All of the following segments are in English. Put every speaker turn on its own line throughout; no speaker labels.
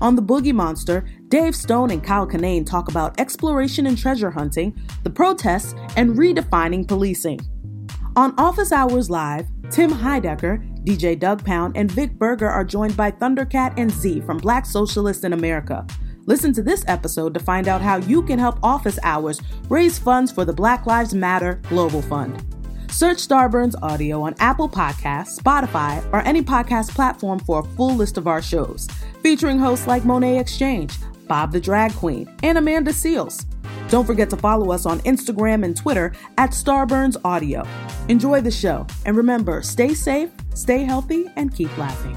On The Boogie Monster, Dave Stone and Kyle Kinane talk about exploration and treasure hunting, the protests, and redefining policing. On Office Hours Live, Tim Heidecker, DJ Doug Pound, and Vic Berger are joined by Thundercat and Z from Black Socialists in America. Listen to this episode to find out how you can help Office Hours raise funds for the Black Lives Matter Global Fund. Search Starburns Audio on Apple Podcasts, Spotify, or any podcast platform for a full list of our shows, featuring hosts like Monet Exchange, Bob the Drag Queen, and Amanda Seals. Don't forget to follow us on Instagram and Twitter at Starburns Audio. Enjoy the show, and remember stay safe, stay healthy, and keep laughing.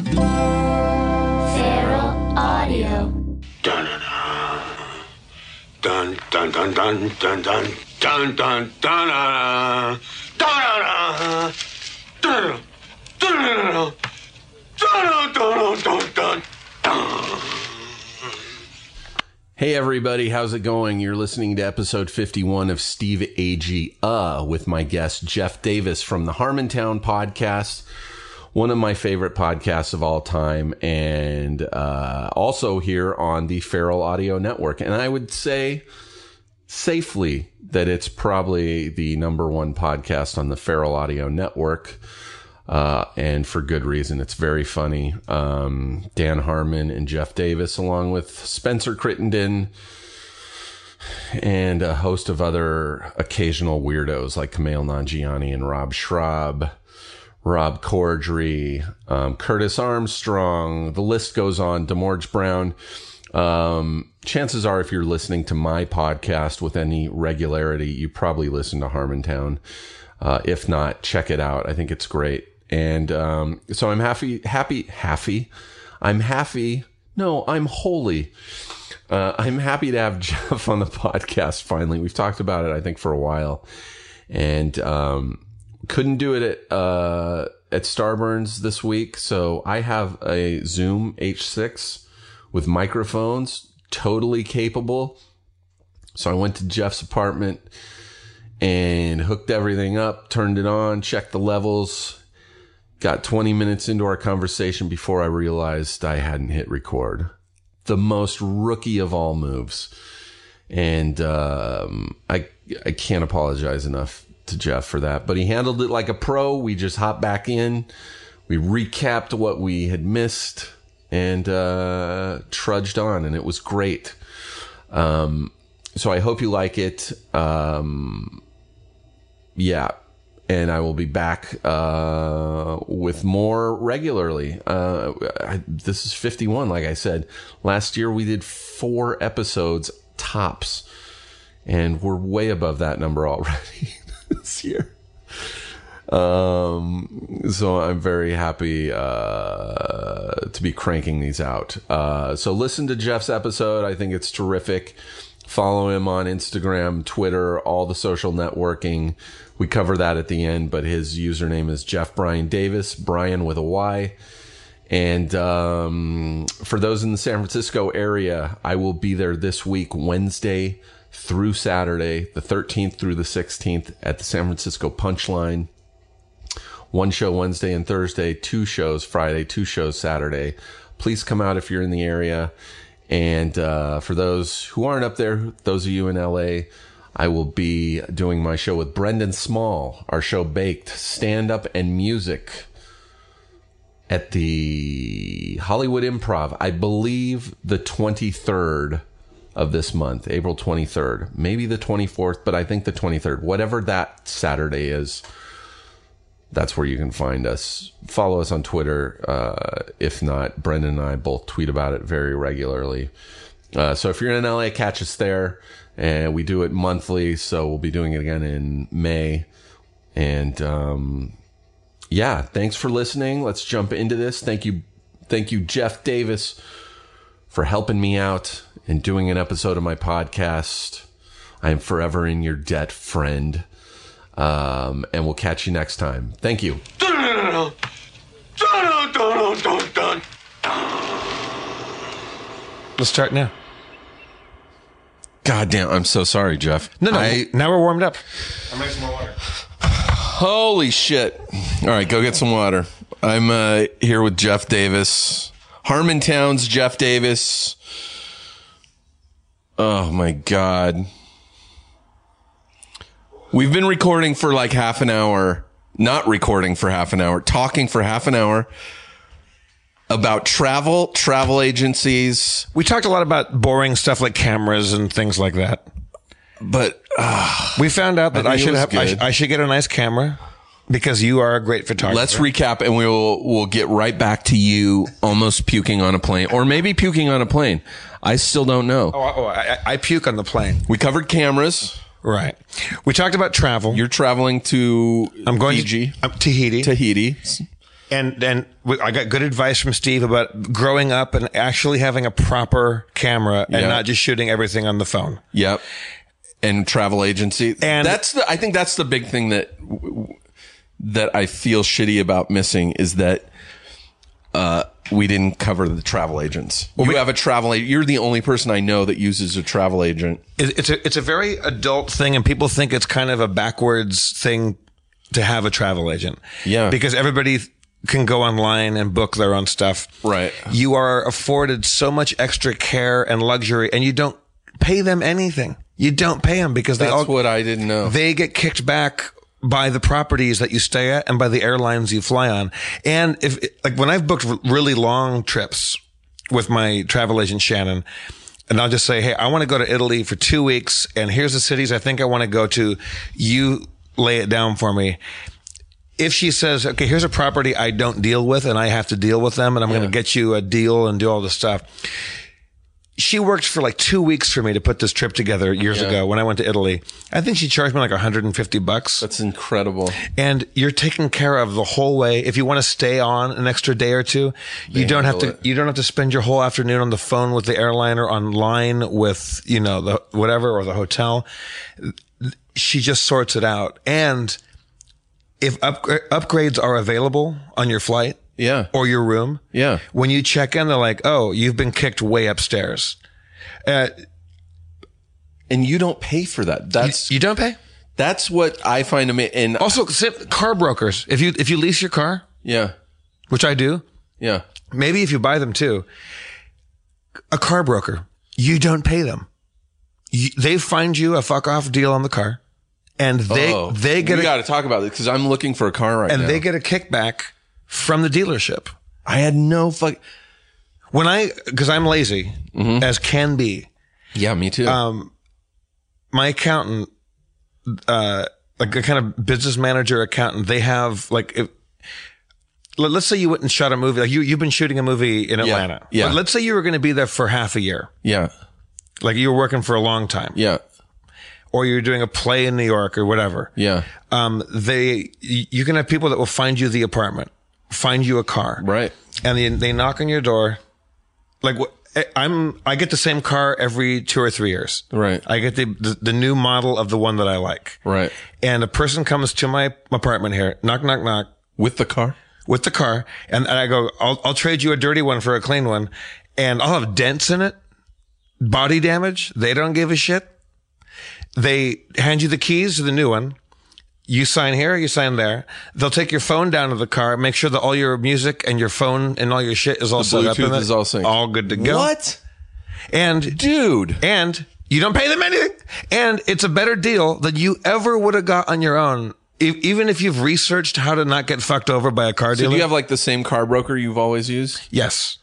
Feral Audio.
Dun dun dun dun dun dun dun dun dun dun dun dun dun dun dun
Hey everybody, how's it going? You're listening to episode 51 of Steve Ag Uh with my guest Jeff Davis from the Harmontown podcast, one of my favorite podcasts of all time, and uh, also here on the Feral Audio Network. And I would say safely that it's probably the number one podcast on the Feral Audio Network uh, and for good reason. It's very funny. Um, Dan Harmon and Jeff Davis, along with Spencer Crittenden and a host of other occasional weirdos like Kamal Nanjiani and Rob Schraub, Rob Cordry, um, Curtis Armstrong. The list goes on. Demorge Brown. Um, chances are, if you're listening to my podcast with any regularity, you probably listen to Harmontown. Uh, if not, check it out. I think it's great. And um, so I'm happy, happy, happy. I'm happy. No, I'm holy. Uh, I'm happy to have Jeff on the podcast finally. We've talked about it, I think, for a while, and um, couldn't do it at uh, at Starburns this week. So I have a Zoom H6 with microphones, totally capable. So I went to Jeff's apartment and hooked everything up, turned it on, checked the levels. Got 20 minutes into our conversation before I realized I hadn't hit record. The most rookie of all moves. And um, I, I can't apologize enough to Jeff for that, but he handled it like a pro. We just hopped back in, we recapped what we had missed, and uh, trudged on, and it was great. Um, so I hope you like it. Um, yeah. And I will be back uh, with more regularly. Uh, I, this is 51, like I said. Last year we did four episodes tops, and we're way above that number already this year. Um, so I'm very happy uh, to be cranking these out. Uh, so listen to Jeff's episode. I think it's terrific. Follow him on Instagram, Twitter, all the social networking. We cover that at the end, but his username is Jeff Brian Davis, Brian with a Y. And um, for those in the San Francisco area, I will be there this week, Wednesday through Saturday, the 13th through the 16th, at the San Francisco Punchline. One show Wednesday and Thursday, two shows Friday, two shows Saturday. Please come out if you're in the area. And uh, for those who aren't up there, those of you in LA, I will be doing my show with Brendan Small, our show Baked, stand up and music at the Hollywood Improv, I believe the 23rd of this month, April 23rd, maybe the 24th, but I think the 23rd, whatever that Saturday is, that's where you can find us. Follow us on Twitter. Uh, if not, Brendan and I both tweet about it very regularly. Uh, so if you're in LA, catch us there. And we do it monthly, so we'll be doing it again in May. And um, yeah, thanks for listening. Let's jump into this. Thank you, thank you, Jeff Davis, for helping me out and doing an episode of my podcast. I am forever in your debt, friend. Um, and we'll catch you next time. Thank you.
Dun-dun-dun-dun. Dun-dun-dun-dun-dun.
Let's start now.
God damn, I'm so sorry, Jeff.
No, no.
I-
now we're warmed up.
Holy shit. All right, go get some water. I'm uh, here with Jeff Davis. Harmon Towns, Jeff Davis. Oh my God. We've been recording for like half an hour, not recording for half an hour, talking for half an hour about travel, travel agencies,
We talked a lot about boring stuff like cameras and things like that.
but
We found out that
think
I,
it
should
was
have, I, sh-
good.
I should get a nice camera because you are a great photographer.
Let's recap and we'll we'll get right back to you almost puking on a plane or maybe puking on a plane. I still don't know.
Oh, I- oh, I, I- I puke on the plane.
We covered cameras.
Right. We talked about travel.
You're traveling to
I'm going
Fiji,
to um, Tahiti.
Tahiti.
and and we- I got good advice from Steve about growing up and actually having a proper camera and
Yeah.
not just shooting everything on the phone.
Yep. And travel agency.
And-
that's the I think that's the big thing that w- w- that I feel shitty about missing is that uh we didn't cover the travel agents. you have a travel agent. You're the only person I know that uses a travel agent.
It, it's a it's a very adult thing, and people think it's kind of a backwards thing to have a travel agent.
Yeah.
because everybody can go online and book their own stuff.
Right.
You are afforded so much extra care and luxury, and you don't pay them anything. You don't pay them because they
That's
all
what I didn't know.
they get kicked back by the properties that you stay at and by the airlines you fly on. And if like when I've booked r- really long trips with my travel agent Shannon, and I'll just say, Hey, I want to go to Italy for two weeks and here's the cities I think I want to go to. You lay it down for me. If she says, okay, here's a property I don't deal with and I have to deal with them and I'm going to get you a deal and do all this stuff. She worked for like two weeks for me to put this trip together years ago when I went to Italy. I think she charged me like 150 bucks
That's incredible.
and you're taken care of the whole way. If you want to stay on an extra day or two, you don't have to.
handle it.
You don't have to spend your whole afternoon on the phone with the airline or online with you know the whatever or the hotel. She just sorts it out, and if upgra- upgrades are available on your flight,
Yeah.
or your room,
Yeah.
when you check in, they're like, "Oh, you've been kicked way upstairs." Uh,
and you don't pay for that. That's
you Oh. don't pay.
that's what I find amazing. And
Also, sit- car brokers. If you if you lease your car,
yeah,
which I do,
yeah,
maybe if you buy them too, a car broker, you don't pay them. You, they find you a fuck off deal on the car, and they
Oh,
they get
we
a,
got to talk about it because I'm looking for a car right
and
now.
they get a kickback from the dealership.
I had no fuck.
When I because I'm lazy
Mm-hmm.
as can be,
Yeah, me too.
Um, my accountant, uh, like a kind of business manager accountant, they have like. If, let- Let's say you went and shot a movie. Like you, you've been shooting a movie in Atlanta.
yeah.
But let's say you were going to be there for half a year.
yeah,
Like you were working for a long time.
yeah,
or you're doing a play in New York or whatever.
yeah.
Um, they, you you can have people that will find you the apartment, find you a car,
Right.
And they, they knock on your door. Like wh- eh, I'm, I get the same car every two or three years.
Right.
I get the, the, the new model of the one that I like.
Right.
And a person comes to my apartment here, knock, knock, knock
With the car.
with the car. And, and I go, I'll, I'll trade you a dirty one for a clean one and I'll have dents in it, body damage. They don't give a shit. They hand you the keys to the new one. You sign here, you sign there. They'll take your phone down to the car, make sure that all your music and your phone and all your shit is all set up. in
Bluetooth
it.
is all synced.
All good to go.
What,
And
dude?
and you don't pay them anything. And it's a better deal than you ever would have got on your own e- even if you've researched how to not get fucked over by a car
So
dealer,
do you have like the same car broker you've always used?
yes.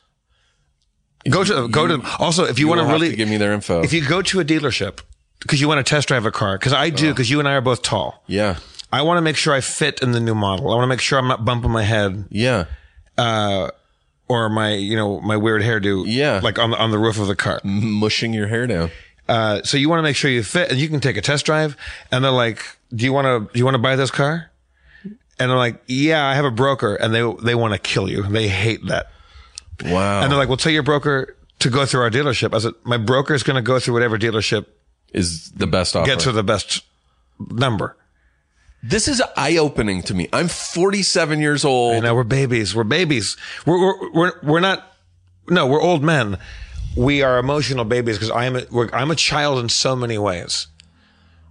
Go to go to. Also, if you, want
will
to
have
really
give me their info?
if you go to a dealership because you want to test drive a car, because I
Uh.
do, because you and I are both tall.
yeah,
I want to make sure I fit in the new model. I want to make sure I'm not bumping my head
yeah.
or my you know my weird hairdo.
Yeah. Mm.
like on the, on the roof of the car.
Mushing your hair down.
Uh, so you want to make sure you fit, and you can take a test drive. And they're like, "Do you want to? Do you want to buy this car?" And I'm like, "Yeah, I have a broker," and they they want to kill you. They hate that.
Wow.
And they're like, "Well, tell your broker to go through our dealership." I said, "My broker is going to go through whatever dealership
is the best offer.
gets her the best number."
this is eye opening to me. I'm 47 years
And
old.
now we're babies. We're babies. We're we're we're, we're not. No, we're old men. We are emotional babies because I'm a, we're, I'm a child in so many ways.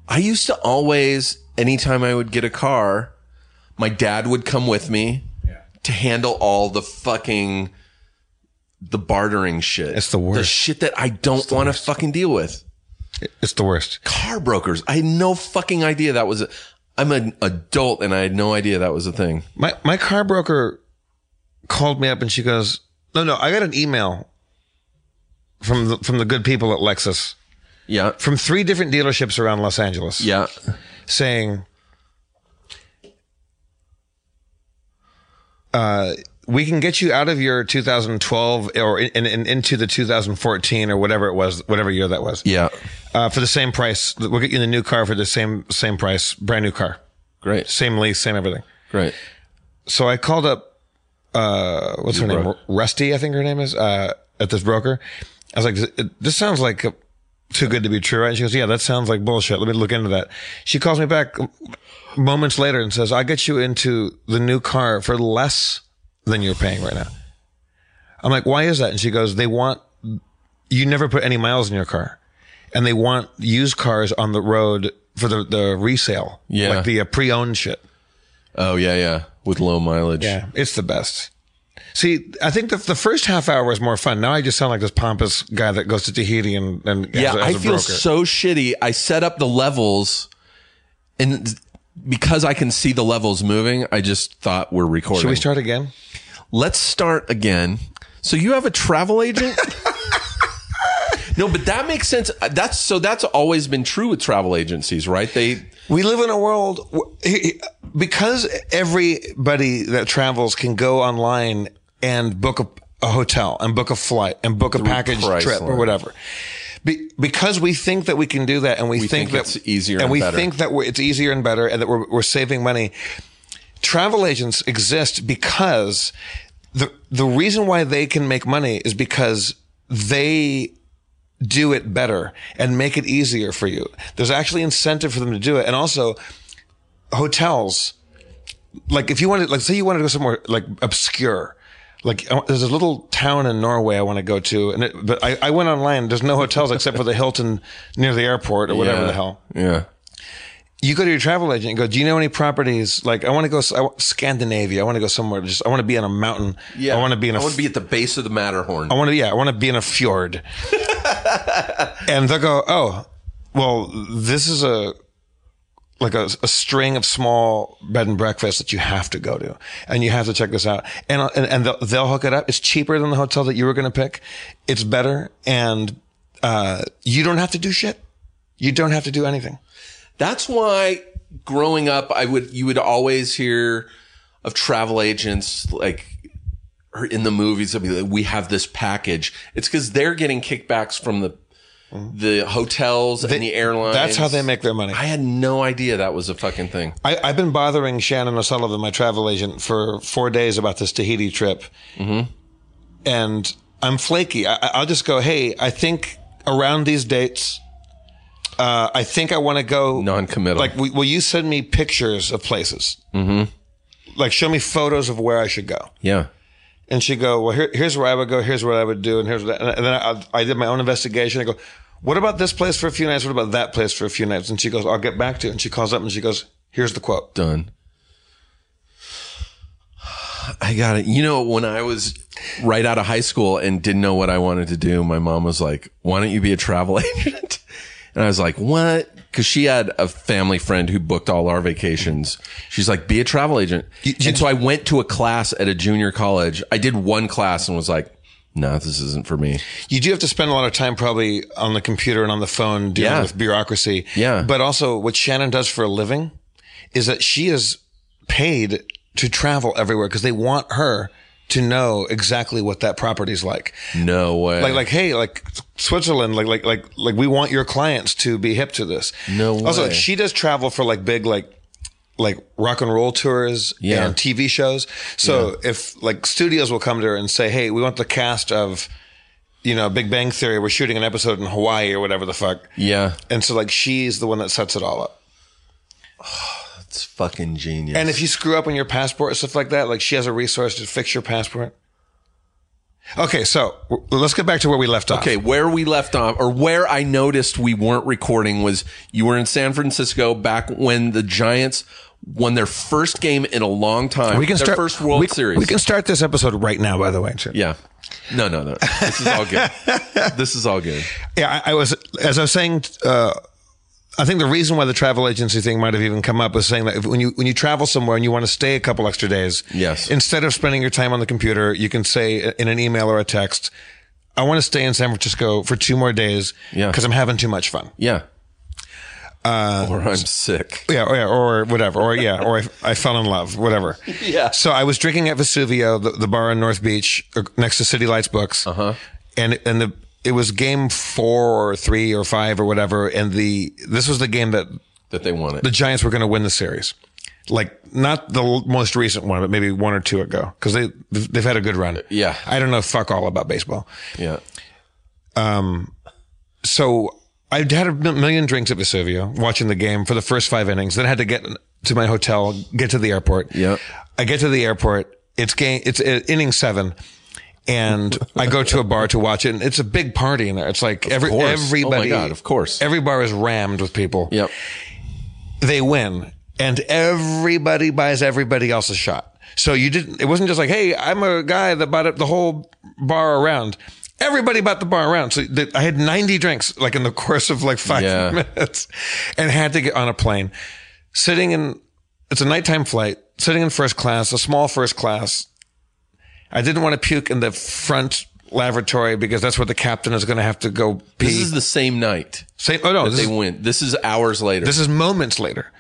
I used to always, anytime I would get a car, my dad would come with me to handle all the fucking the bartering shit.
It's the
The
worst.
shit that I don't want to fucking deal with.
It's the worst.
Car brokers. I had no fucking idea that was. A, I'm an adult and I had no idea that was a thing.
My my car broker called me up and she goes, "No, no, I got an email from the, from the good people at Lexus
Yeah.
from three different dealerships around Los Angeles
Yeah.
saying uh, we can get you out of your 2012 or in, in, in- into the 2014 or whatever it was, whatever year that was.
Yeah.
Uh, for the same price, we'll get you the new car for the same same price, brand new car,
Great.
same lease, same everything."
Great.
so I called up uh what's her name?
broke.
Rusty, I think her name is, uh at this broker. I was like, this sounds like too good to be true, right? And she goes, yeah, that sounds like bullshit. Let me look into that. She calls me back moments later and says, I get you into the new car for less than you're paying right now. I'm like, why is that? And she goes, they want, you never put any miles in your car and they want used cars on the road for the, the resale.
Yeah.
Like the uh, pre-owned shit.
Oh yeah, yeah. With low mileage.
Yeah, it's the best. See, I think the, the first half hour was more fun. Now I just sound like this pompous guy that goes to Tahiti and, and
Yeah,
as a-
I
as a
feel
broker.
so shitty. I set up the levels, and because I can see the levels moving, I just thought we're recording.
Should we start again?
Let's start again. So you have a travel agent? no, but that makes sense. Uh, That's so. That's always been true with travel agencies, right? They
We live in a world w- he- he- because everybody that travels can go online and book a, a hotel and book a flight and book a package
Priceline.
trip or whatever. Be, because we think that we can do that and we,
think
think, that
it's easier
and,
and
we
better.
think that we're, it's easier and better and that we're, we're saving money. Travel agents exist because the the reason why they can make money is because they do it better and make it easier for you. There's actually incentive for them to do it. And also hotels, like if you wanted, like say you wanted to go somewhere like obscure, like I want- there's a little town in Norway I want to go to. And it, but I, I went online. There's no hotels except for the Hilton near the airport or whatever
yeah,
the hell.
Yeah.
You go to your travel agent and go, do you know any properties? Like I want to go s- I want- Scandinavia. I want to go somewhere. Just, I want to be on a mountain.
Yeah.
I want to be in a
I want to be at the base of the Matterhorn.
I want to, yeah, I want to be in a fjord. and they'll go, oh, well, this is a, like a, a string of small bed and breakfast that you have to go to. And you have to check this out. And, and, and they'll, they'll hook it up. It's cheaper than the hotel that you were going to pick. It's better. And, uh, you don't have to do shit. You don't have to do anything.
That's why growing up, I would you would always hear of travel agents like or in the movies. They'll be like, "We have this package." It's because they're getting kickbacks from the the hotels and the airlines.
That's how they make their money.
I had no idea that was a fucking thing.
I, I've been bothering Shannon O'Sullivan, my travel agent, for four days about this Tahiti trip. And I'm flaky. I, I- I'll just go, hey, I think around these dates, uh, I think I want to go.
Non-committal.
Like, w- will you send me pictures of places? Mm-hmm. Like, show me photos of where I should go.
yeah,
And she'd go, well, here, here's where I would go. Here's what I would do. And here's what, I, and then I, I did my own investigation. I go, what about this place for a few nights? What about that place for a few nights? And she goes, I'll get back to you. And she calls up and she goes, here's the quote.
done. I got it. You know, when I was right out of high school and didn't know what I wanted to do, my mom was like, "Why don't you be a travel agent?" And I was like, what? Because she had a family friend who booked all our vacations. She's like, be a travel agent. and so I went to a class at a junior college. I did one class and was like, no, this isn't for me.
You do have to spend a lot of time probably on the computer and on the phone dealing
Yeah.
with bureaucracy.
Yeah.
But also what Shannon does for a living is that she is paid to travel everywhere because they want her to know exactly what that property's like.
No way.
Like, like, hey, like Switzerland, like, like, like, like we want your clients to be hip to this.
No
Also,
way.
like, she does travel for like big, like, like rock and roll tours
Yeah.
and TV shows. So if like studios will come to her and say, Hey, we want the cast of, you know, Big Bang Theory. We're shooting an episode in Hawaii or whatever the fuck.
yeah.
And so like she's the one that sets it all up.
It's fucking genius.
And if you screw up on your passport and stuff like that, like she has a resource to fix your passport. Okay, so w- let's get back to where we left off.
Okay, where we left off, or where I noticed we weren't recording, was you were in San Francisco back when the Giants won their first game in a long time.
we can
their
start
first World
we,
Series.
We can start this episode right now. By the way, too.
yeah. No, no, no. This is all good. this is all good.
Yeah, I, I was as I was saying. Uh, I think the reason why the travel agency thing might have even come up was saying that if, when you when you travel somewhere and you want to stay a couple extra days,
Yes.
instead of spending your time on the computer, you can say in an email or a text, "I want to stay in San Francisco for two more days,
Yeah.
because I'm having too much fun."
Yeah.
Uh,
or I'm sick.
Yeah, or, yeah, or whatever, or yeah, or I, I fell in love, whatever.
Yeah.
So I was drinking at Vesuvio, the, the bar in North Beach, uh, next to City Lights Books. Uh
Uh-huh.
huh. And and the it was game four or three or five or whatever, and the this was the game that
That they won it.
the Giants were going to win the series. Like not the l- most recent one, but maybe one or two ago, because they they've had a good run.
Yeah.
I don't know fuck all about baseball.
yeah.
Um, so I had a m- million drinks at Vesuvio watching the game for the first five innings. Then I had to get to my hotel, get to the airport.
Yep.
I get to the airport. It's game. It's uh, inning seven. And I go to a bar to watch it, and it's a big party in there. It's like every
course. Oh my
everybody.
God, of course.
every bar is rammed with people.
Yep.
They win, and everybody buys everybody else a shot. So you didn't. It wasn't just like, hey, I'm a guy that bought up the whole bar around. Everybody bought the bar around. So the, I had 90 drinks, like in the course of like five
Yeah.
minutes, and had to get on a plane. Sitting in, it's a nighttime flight. Sitting in first class, a small first class. I didn't want to puke in the front lavatory because that's where the captain is going to have to go pee.
This is the same night
Same, oh no,
that
this
they
is,
win. This is hours later.
this is moments later.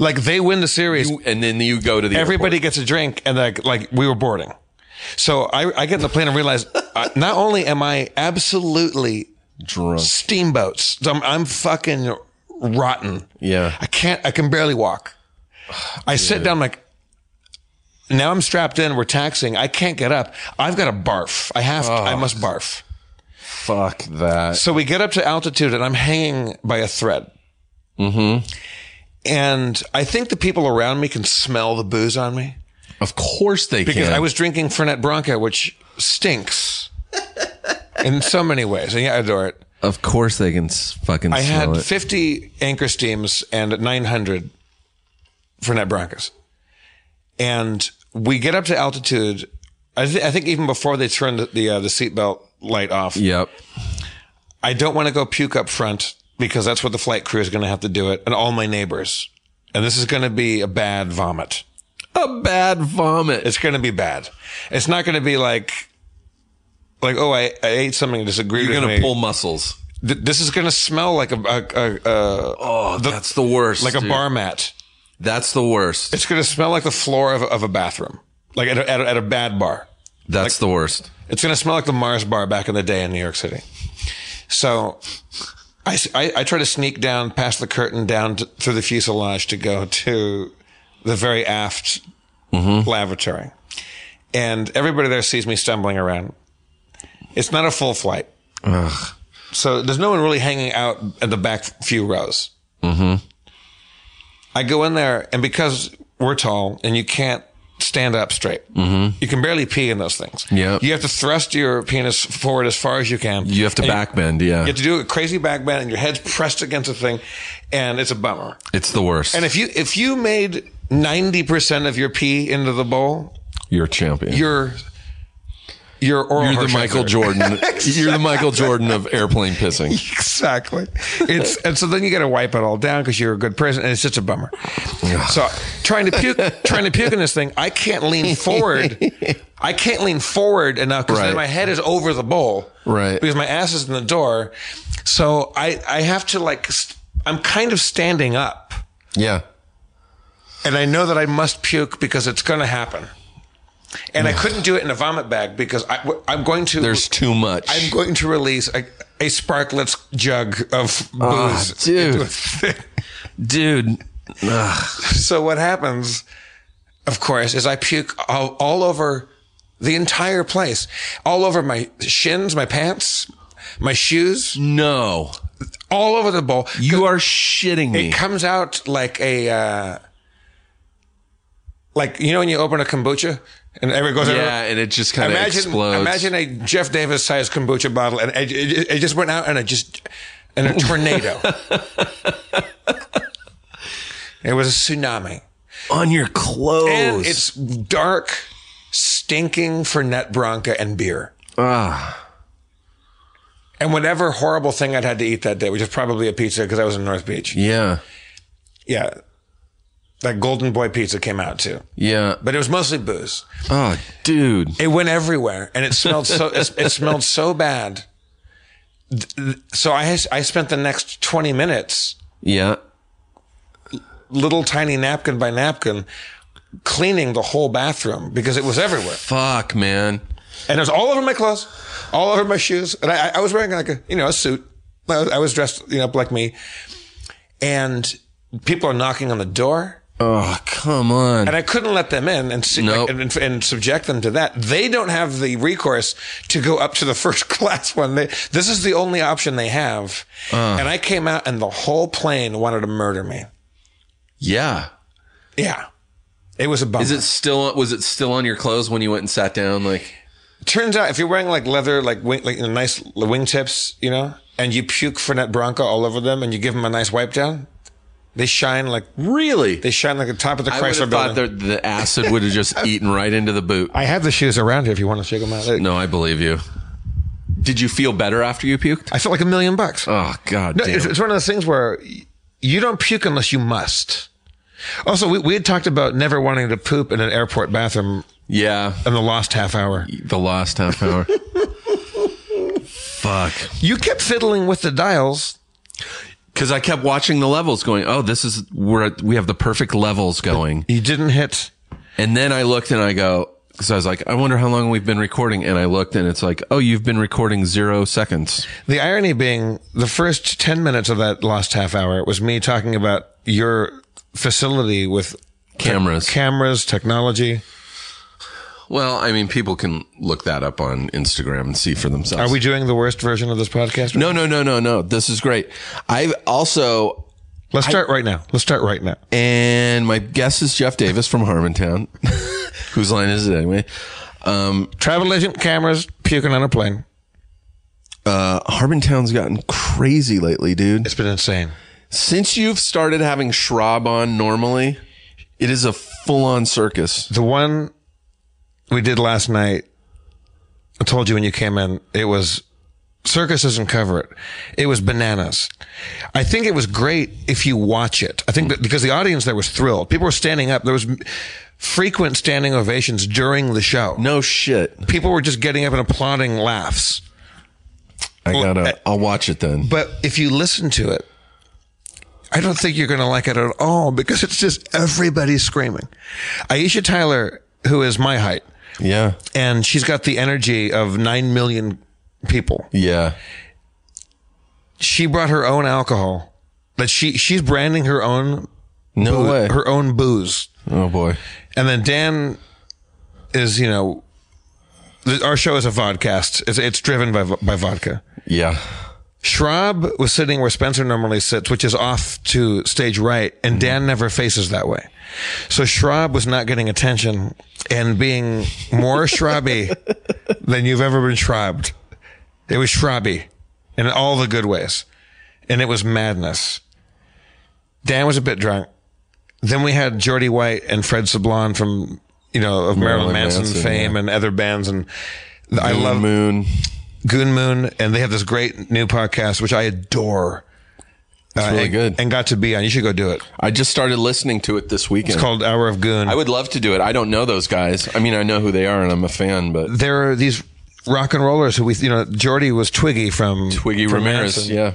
Like they win the series,
You- and then you go to the
everybody
airport.
gets a drink, and like like we were boarding. So I, I get in the plane and realize uh, not only am I absolutely
drunk.
steamboats, so I'm, I'm fucking rotten.
Yeah.
I can't. I can barely walk. I sit down like. Now I'm strapped in. We're taxing. I can't get up. I've got to barf. I have. To, I must barf.
Fuck that.
So we get up to altitude and I'm hanging by a thread. Mm-hmm. And I think the people around me can smell the booze on me
Of course they
because
can.
I was drinking Fernet Branca, which stinks in so many ways. And yeah, I adore it.
Of course they can s- fucking
I
smell
had
it.
50 anchor steams and 900 Fernet Brancas. And we get up to altitude. I, th- I think even before they turned the, the, uh, the seatbelt light off,
Yep.
I don't want to go puke up front because that's what the flight crew is going to have to do it and all my neighbors. And this is going to be a bad vomit.
A bad vomit.
It's going to be bad. It's not going to be like, like, oh, I, I ate something and disagreed
You're
with
gonna
me.
pull muscles.
Th- this is going to smell like a, a, a, a
Oh, that's the worst.
like a
dude.
bar mat.
That's the worst.
It's going to smell like the floor of, a- of a bathroom, like at a, at a, at a bad bar.
That's the worst.
It's going to smell like the Mars bar back in the day in New York City. So I, I, I try to sneak down past the curtain down to, through the fuselage to go to the very aft lavatory. And everybody there sees me stumbling around. It's not a full flight. So there's no one really hanging out at the back few rows.
Mm-hmm.
I go in there, and because we're tall and you can't stand up straight,
Mm-hmm.
you can barely pee in those things.
Yeah.
You have to thrust your penis forward as far as you can.
You have to
And
back bend. Yeah,
You have to do a crazy back bend, and your head's pressed against the thing, and it's a bummer.
it's the worst.
And if you if you made ninety percent of your pee into the bowl,
you're a champion,
you're Your oral
You're the
Hershiser.
Michael Jordan. You're the Michael Jordan of airplane pissing.
Exactly. It's and so then you got to wipe it all down because you're a good person, and it's just a bummer. so trying to puke, trying to puke in this thing, I can't lean forward. I can't lean forward enough because
Right.
my head is over the bowl,
Right.
Because my ass is in the door, so I I have to like st- I'm kind of standing up,
Yeah.
and I know that I must puke because it's going to happen. And I couldn't do it in a vomit bag because I, am going to.
There's too much.
I'm going to release a, a sparklets jug of booze.
Ah, dude.
into a thing.
Dude.
so what happens, of course, is I puke all, all over the entire place, all over my shins, my pants, my shoes,
No.
all over the bowl.
You are shitting me.
It comes out like a, uh, like you know when you open a kombucha and everyone goes.
Yeah, and it just kind of
imagine,
explodes.
Imagine a Jeff Davis sized kombucha bottle, and it, it, it just went out in a just in a tornado. it was a tsunami,
on your clothes.
and it's dark, stinking for net bronca and beer.
ah,
And whatever horrible thing I'd had to eat that day, which is probably a pizza because I was in North Beach.
yeah,
Yeah. That Golden Boy pizza came out too,
yeah.
but it was mostly booze.
Oh, dude.
It went everywhere, and it smelled so it, it smelled so bad. Th- th- So I I spent the next twenty minutes,
Yeah.
little tiny napkin by napkin, cleaning the whole bathroom because it was everywhere,
Fuck, man.
and it was all over my clothes, all over my shoes, and I, I was wearing like a you know a suit. I was, I was dressed you know up like me, and people are knocking on the door,
Oh, come on.
and I couldn't let them in and see,
Nope.
and, and subject them to that. They don't have the recourse to go up to the first class one. They, this is the only option they have.
Uh.
And I came out, and the whole plane wanted to murder me.
yeah.
Yeah, it was a bummer.
Is it still? Was it still on your clothes when you went and sat down? Like,
Turns out, if you're wearing like leather, like wing, like you know, nice wingtips, you know, and you puke Fernet Branca all over them, and you give them a nice wipe down, they shine like
really?
they shine like the top of the
I would
Chrysler
have thought
building.
that the acid would have just eaten right into the boot.
I have the shoes around here if you want to check them out.
No, I believe you. Did you feel better after you puked?
I felt like a million bucks.
Oh God,
No,
damn.
it's, it's one of those things where y- you don't puke unless you must. Also, we, we had talked about never wanting to poop in an airport bathroom
yeah,
in the last half hour.
the lost half hour. Fuck.
You kept fiddling with the dials.
Because I kept watching the levels, going, "Oh, this is we're at, we have the perfect levels going."
You didn't hit.
And then I looked and I go, because I was like, I wonder how long we've been recording. And I looked and it's like, oh, you've been recording zero seconds.
The irony being, the first 10 minutes of that last half hour was me talking about your facility with
Cameras.
cameras, technology.
well, I mean, people can look that up on Instagram and see for themselves.
Are we doing the worst version of this podcast?
No, no, no, no, no. This is great. I've also,
Let's start right now. Let's start right now.
and my guest is Jeff Davis from Harmontown. Whose line is it anyway? Um,
Travel agent cameras, puking on a plane.
uh, Harmontown's gotten crazy lately, dude.
It's been insane.
Since you've started having Schraub on normally, it is a full on circus.
The one we did last night, I told you when you came in, it was circus doesn't cover it. It was bananas. I think it was great if you watch it. I think that because the audience there was thrilled. People were standing up. There was frequent standing ovations during the show.
No shit.
People were just getting up and applauding laughs.
I gotta. I'll watch it then.
uh, But if you listen to it, I don't think you're going to like it at all because it's just everybody screaming. Aisha Tyler, who is my height,
yeah,
and she's got the energy of 9 million people.
yeah.
She brought her own alcohol that she she's branding her own
No way.
her own booze.
oh boy.
And then Dan is, you know, th- our show is a vodcast. It's, it's driven by vo- by vodka.
Yeah.
Schraub was sitting where Spencer normally sits, which is off to stage right, and Dan never faces that way. So Schraub was not getting attention and being more Schraubby than you've ever been Schraubed. It was Schraubby in all the good ways. And it was madness. Dan was a bit drunk. Then we had Jordy White and Fred Sablon from, you know, of
Marilyn
Marilyn, Manson,
Manson,
fame and other bands. And I
Moon,
love
Moon.
Goon Moon, and they have this great new podcast which I adore. It's
really good.
and got to be on. You should go do it.
I just started listening to it this weekend.
It's called Hour of Goon.
I would love to do it. I don't know those guys. I mean, I know who they are and I'm a fan, but
there are these rock and rollers who we, you know, Jordy was Twiggy from
Twiggy
from
Ramirez,
Manson.
yeah.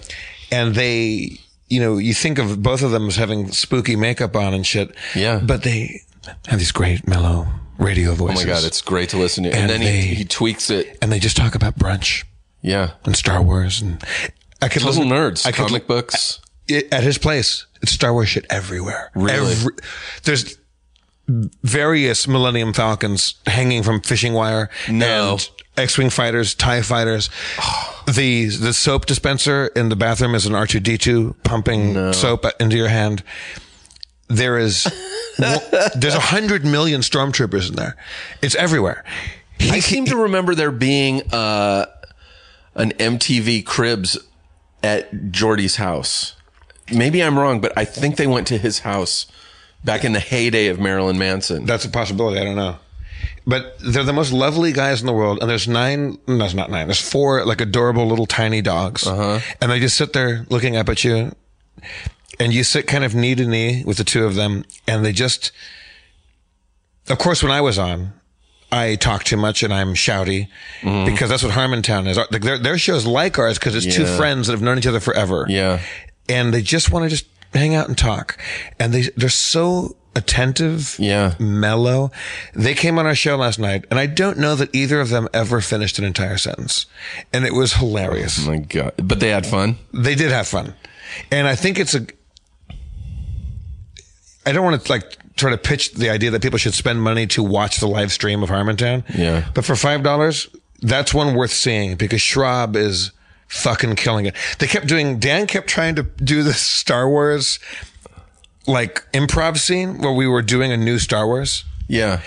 and they, you know, you think of both of them as having spooky makeup on and shit,
Yeah.
but they have these great mellow radio
oh
voices.
my God, it's great to listen to. And,
And
then
they-
he, he tweaks it.
and they just talk about brunch
Yeah.
and Star Wars and I could
Total
listen-
nerds,
I could-
comic books.
it, at his place. It's Star Wars shit everywhere.
Really?
there's various Millennium Falcons hanging from fishing wire.
No.
and X-wing fighters, Tie fighters. the The soap dispenser in the bathroom is an R two D two pumping soap into your hand. There is there's a hundred million stormtroopers in there. It's everywhere. He,
I seem to remember there being uh, an MTV Cribs at Jordy's house. Maybe I'm wrong, but I think they went to his house back in the heyday of Marilyn Manson.
That's a possibility. I don't know. But they're the most lovely guys in the world. And there's nine, no, it's not nine. There's four like adorable little tiny dogs.
Uh-huh.
And they just sit there looking up at you. And you sit kind of knee to knee with the two of them. And they just, of course, when I was on, I talk too much and I'm shouty
Mm-hmm.
because that's what Harmontown is. Like their, their show's like ours because it's two
Yeah.
friends that have known each other forever
Yeah.
and they just want to just hang out and talk. And they they're so attentive,
Yeah.
mellow. They came on our show last night, and I don't know that either of them ever finished an entire sentence, and it was hilarious.
Oh My God. But they had fun.
They did have fun, and I think it's a. I don't want to like try to pitch the idea that people should spend money to watch the live stream of Harmontown.
Yeah.
but for five dollars, that's one worth seeing because Schwab is fucking killing it. They kept doing. Dan kept trying to do this Star Wars like improv scene where we were doing a new Star Wars.
Yeah.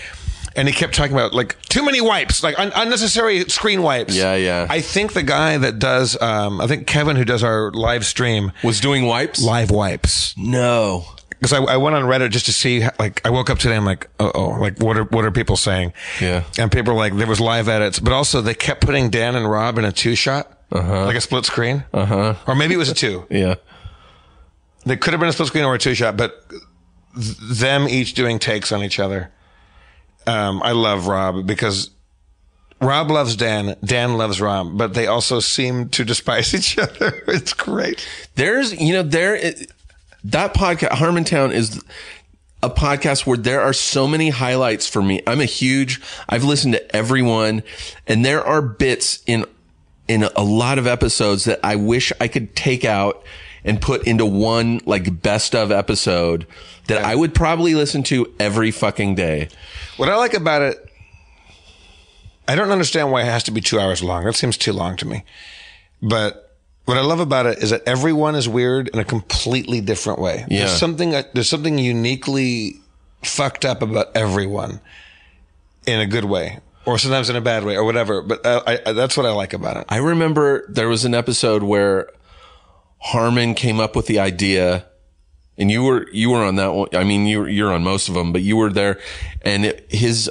And he kept talking about like too many wipes, like un- unnecessary screen wipes.
Yeah, yeah.
I think the guy that does, um, I think Kevin, who does our live stream,
Was doing wipes?
live wipes.
No.
Because I, I went on Reddit just to see, how- like, I woke up today, I'm like, uh oh, like, what are what are people saying?
Yeah.
And people were like, there was live edits, but also they kept putting Dan and Rob in a two shot, like a split screen, uh-huh. or maybe it was a two.
Yeah.
They could have been a split screen or a two shot, but th- them each doing takes on each other. Um, I love Rob because Rob loves Dan, Dan loves Rob, but they also seem to despise each other. It's great.
There's, you know, there, it, that podcast, Harmontown is a podcast where there are so many highlights for me. I'm a huge, I've listened to everyone and there are bits in, in a lot of episodes that I wish I could take out and put into one like best of episode that I would probably listen to every fucking day.
What I like about it, I don't understand why it has to be two hours long. That seems too long to me. But what I love about it is that everyone is weird in a completely different way.
Yeah.
There's something uh, there's something uniquely fucked up about everyone in a good way, or sometimes in a bad way, or whatever. But uh, I, I, that's what I like about it.
I remember there was an episode where Harmon came up with the idea and you were, you were on that one. I mean, you, you're on most of them, but you were there and it, his,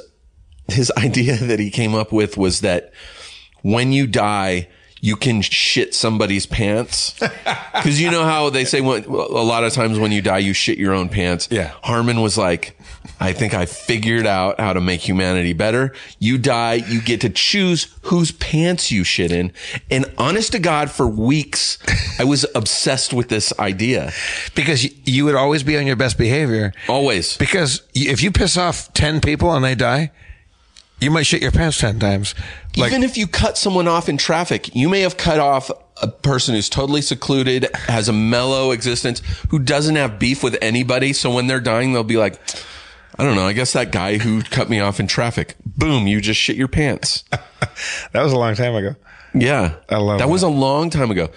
his idea that he came up with was that when you die, you can shit somebody's pants. Cause you know how they say when, a lot of times when you die, you shit your own pants.
Yeah.
Harmon was like, I think I figured out how to make humanity better. You die, you get to choose whose pants you shit in. And honest to God, for weeks, I was obsessed with this idea.
because y- you would always be on your best behavior.
Always.
Because y- if you piss off 10 people and they die, you might shit your pants 10 times. Like,
Even if you cut someone off in traffic, you may have cut off a person who's totally secluded, has a mellow existence, who doesn't have beef with anybody. So when they're dying, they'll be like, I don't know. I guess that guy who cut me off in traffic, boom, you just shit your pants.
that was a long time ago.
Yeah.
I love
that.
that.
was a long time ago.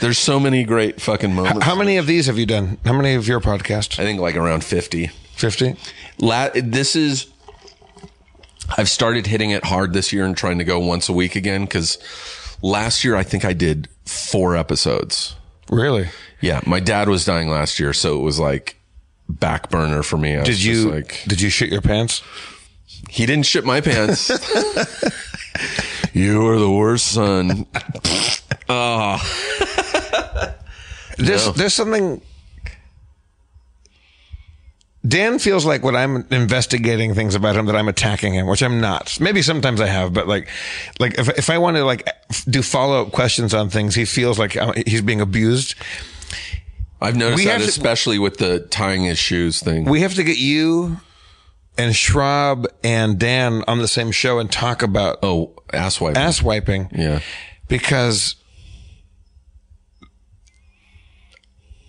There's so many great fucking moments.
How many of these have you done? How many of your podcast?
I think like around 50.
50?
La- this is I've started hitting it hard this year and trying to go once a week again cuz last year I think I did 4 episodes.
Really?
Yeah, my dad was dying last year so it was like back burner for me. I was
Did
just
you
like
did you shit your pants?
he didn't shit my pants. You are the worst son.
There's
No.
there's something. Dan feels like when I'm investigating things about him that I'm attacking him, which I'm not. Maybe sometimes I have, but like, like if if I want to like do follow up questions on things, he feels like I'm, he's being abused.
I've noticed
We
that,
have to-
especially with the tying his shoes thing.
We have to get you and Schwab and Dan on the same show and talk about
oh, ass wipe.
ass wiping.
Yeah.
because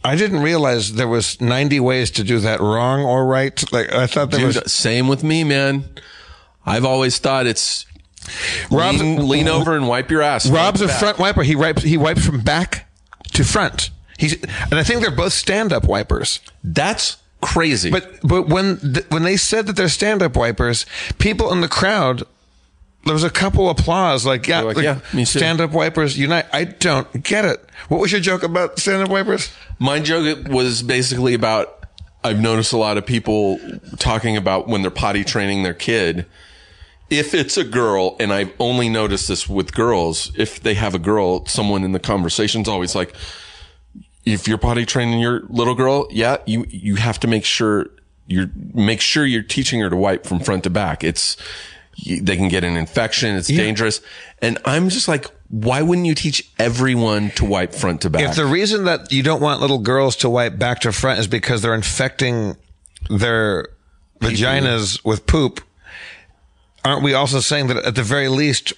I didn't realize there was 90 ways to do that wrong or right. Like I thought there
Dude,
was
same with me, man. I've always thought it's
Rob's,
lean, lean over and wipe your ass.
Rob's a front wiper. He wipes he wipes from back to front. He's and I think they're both stand up wipers.
That's crazy.
But but when th- when they said that they're stand up wipers, people in the crowd there was a couple applause like yeah,
like, "Yeah, me too."
stand up wipers unite. I don't get it. What was your joke about stand up wipers?
My joke was basically about I've noticed a lot of people talking about when they're potty training their kid. If it's a girl, and I've only noticed this with girls, if they have a girl, someone in the conversation's always like, if you're potty training your little girl, yeah, you, you have to make sure you're, make sure you're teaching her to wipe from front to back. It's, you- they can get an infection. It's dangerous. And I'm just like, why wouldn't you teach everyone to wipe front to back?
If the reason that you don't want little girls to wipe back to front is because they're infecting their vaginas with poop, aren't we also saying that at the very least,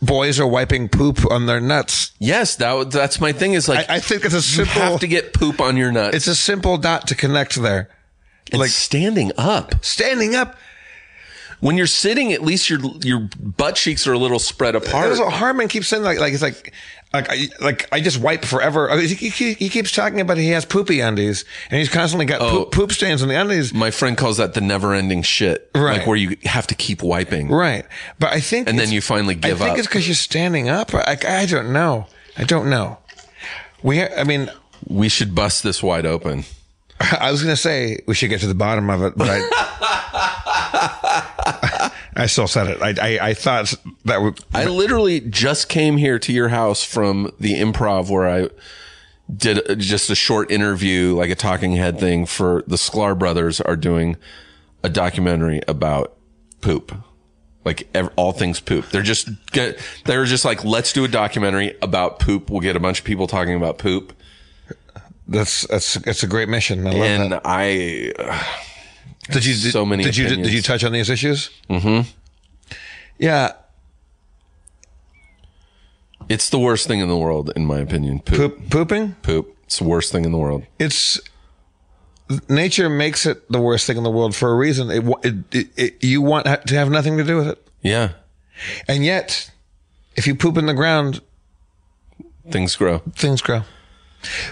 boys are wiping poop on their nuts?
Yes, that w- that's my thing. Is like
I, I think it's a
you
simple.
have to get poop on your nuts.
it's a simple dot to connect there.
And
like-
standing up.
Standing up,
When you're sitting, at least your your butt cheeks are a little spread apart.
there's a Harmon keeps saying like like it's like like I, like I just wipe forever. I mean, He, he, he keeps talking about he has poopy undies and he's constantly got
Oh.
poop, poop stains on the undies.
my friend calls that the never-ending shit.
Right.
Like where you have to keep wiping.
Right. But I think.
And then
it's-
you finally give
I think
up.
it's because you're standing up. I, I don't know. I don't know. We, I mean,
We should bust this wide open.
I was going to say we should get to the bottom of it, but I, I still said it. I, I, I thought that would,
I literally just came here to your house from the improv where I did uh, just a short interview, like a talking head thing for the Sklar brothers are doing a documentary about poop. Like ev- all things poop. They're just get, they're just like let's do a documentary about poop. We'll get a bunch of people talking about poop.
that's, that's, it's a great mission. I love
And
that.
I
Did you,
so many
did you, did,
opinions.
you touch on these issues? Mm-hmm. Yeah.
it's the worst thing in the world in my opinion. Poop.
Poop, pooping.
Poop. It's the worst thing in the world.
it's nature makes it the worst thing in the world for a reason. It, wa- it, it, it you want ha- to have nothing to do with it,
Yeah.
and yet, if you poop in the ground,
Things grow.
things grow,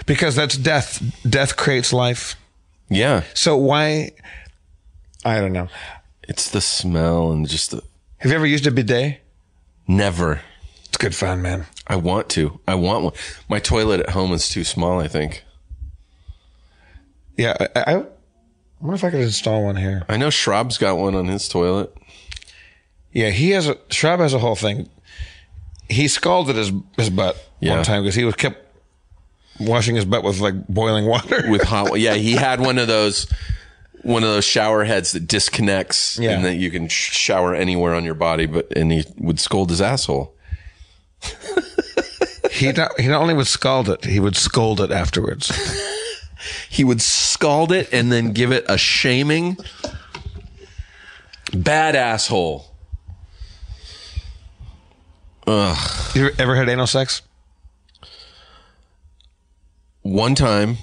because that's death. Death creates life.
Yeah.
So why? I don't know.
It's the smell and just the
Have you ever used a bidet?
Never.
It's good fun, man.
I want to. I want one. My toilet at home is too small, I think.
Yeah, I, I I wonder if I could install one here.
I know Schraub's got one on his toilet.
Yeah, he has a Schraub has a whole thing. He scalded his his butt
Yeah.
one time because he was kept washing his butt with like boiling water.
With hot wa- Yeah, he had one of those one of those shower heads that disconnects
Yeah.
and that you can sh- shower anywhere on your body, but and he would scold his asshole.
he not, he not only would scald it, he would scold it afterwards.
He would scald it and then give it a shaming. Bad asshole.
you ever had anal sex?
one time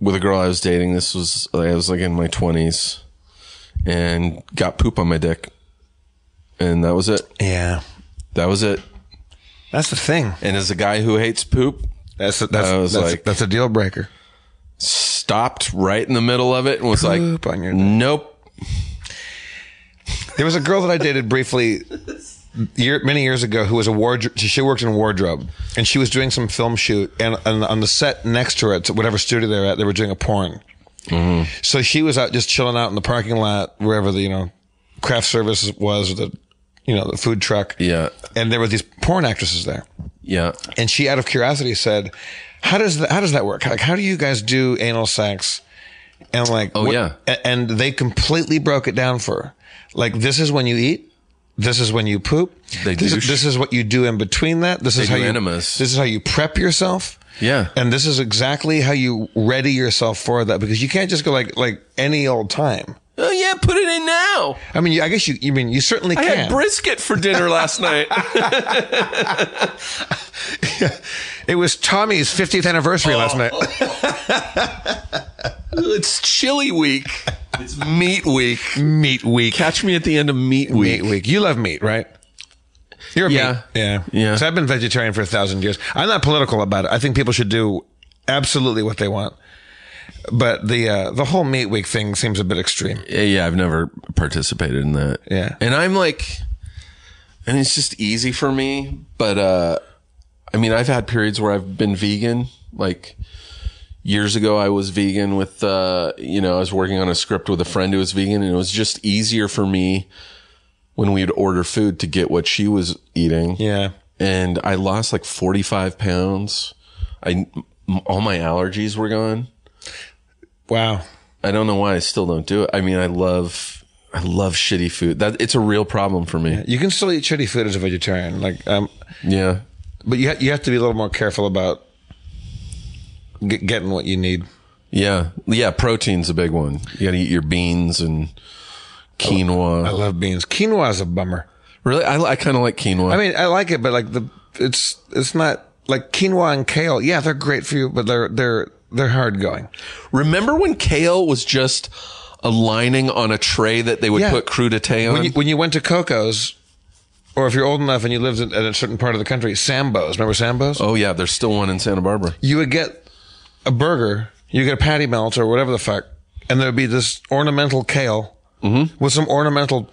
with a girl I was dating. This was I was like in my twenties, and got poop on my dick, and that was it.
Yeah,
That was it.
that's the thing.
And as a guy who hates poop,
That's a, that's
I was
that's,
like-
that's a deal breaker.
stopped right in the middle of it and was like,
Poop on your dick.
"Nope."
There was a girl that I dated briefly year, many years ago who was a wardrobe. She worked in wardrobe, and she was doing some film shoot. And, and on the set next to her, at whatever studio they were at, they were doing a porn.
Mm-hmm.
So she was out just chilling out in the parking lot, wherever the you know craft service was, or the you know, the food truck.
Yeah.
And there were these porn actresses there.
Yeah.
And she, out of curiosity, said, "How does that, how does that work? Like, how do you guys do anal sex?" And I'm like,
Oh,
"What-"
yeah.
A- And they completely broke it down for her. Like, this is when you eat. This is when you poop.
They
this,
douche.
this is what you do in between that. This is
They
how
do
you
enemas.
This is how you prep yourself.
Yeah.
And this is exactly how you ready yourself for that because you can't just go like like any old time.
Oh yeah, put it in now.
I mean, you- I guess you. You mean you certainly
I
can.
had brisket for dinner last night.
it was Tommy's 50th anniversary
Oh.
last night.
it's chili week. It's meat week.
meat week.
Catch me at the end of meat week.
Meat week. You love meat, right? You're a
Yeah.
meat. Yeah.
Yeah.
So I've been vegetarian for a thousand years. I'm not political about it. I think people should do absolutely what they want. But the uh, the whole meat week thing seems a bit extreme.
Yeah, yeah, I've never participated in that.
Yeah.
And I'm like and it's just easy for me, but uh I mean, I've had periods where I've been vegan, like years ago I was vegan with uh you know, I was working on a script with a friend who was vegan and it was just easier for me when we'd order food to get what she was eating.
Yeah.
And I lost like 45 pounds. I m- all my allergies were gone.
Wow.
I don't know why I still don't do it. I mean, I love I love shitty food. That it's a real problem for me.
You can still eat shitty food as a vegetarian. Like, um,
Yeah.
but you ha- you have to be a little more careful about g- getting what you need.
Yeah. Yeah, protein's a big one. You got to eat your beans and quinoa.
I love beans. Quinoa is a bummer.
really? I, I kind of like quinoa.
I mean, I like it, but like the it's it's not like quinoa and kale. Yeah, they're great for you, but they're they're they're hard going.
remember when kale was just a lining on a tray that they would
Yeah.
put crudité on?
When you, when you went to Coco's, or if you're old enough and you lived in, in a certain part of the country, Sambo's. Remember Sambo's?
oh yeah, there's still one in Santa Barbara.
You would get a burger, you get a patty melt or whatever the fuck, and there would be this ornamental kale
Mm-hmm.
with some ornamental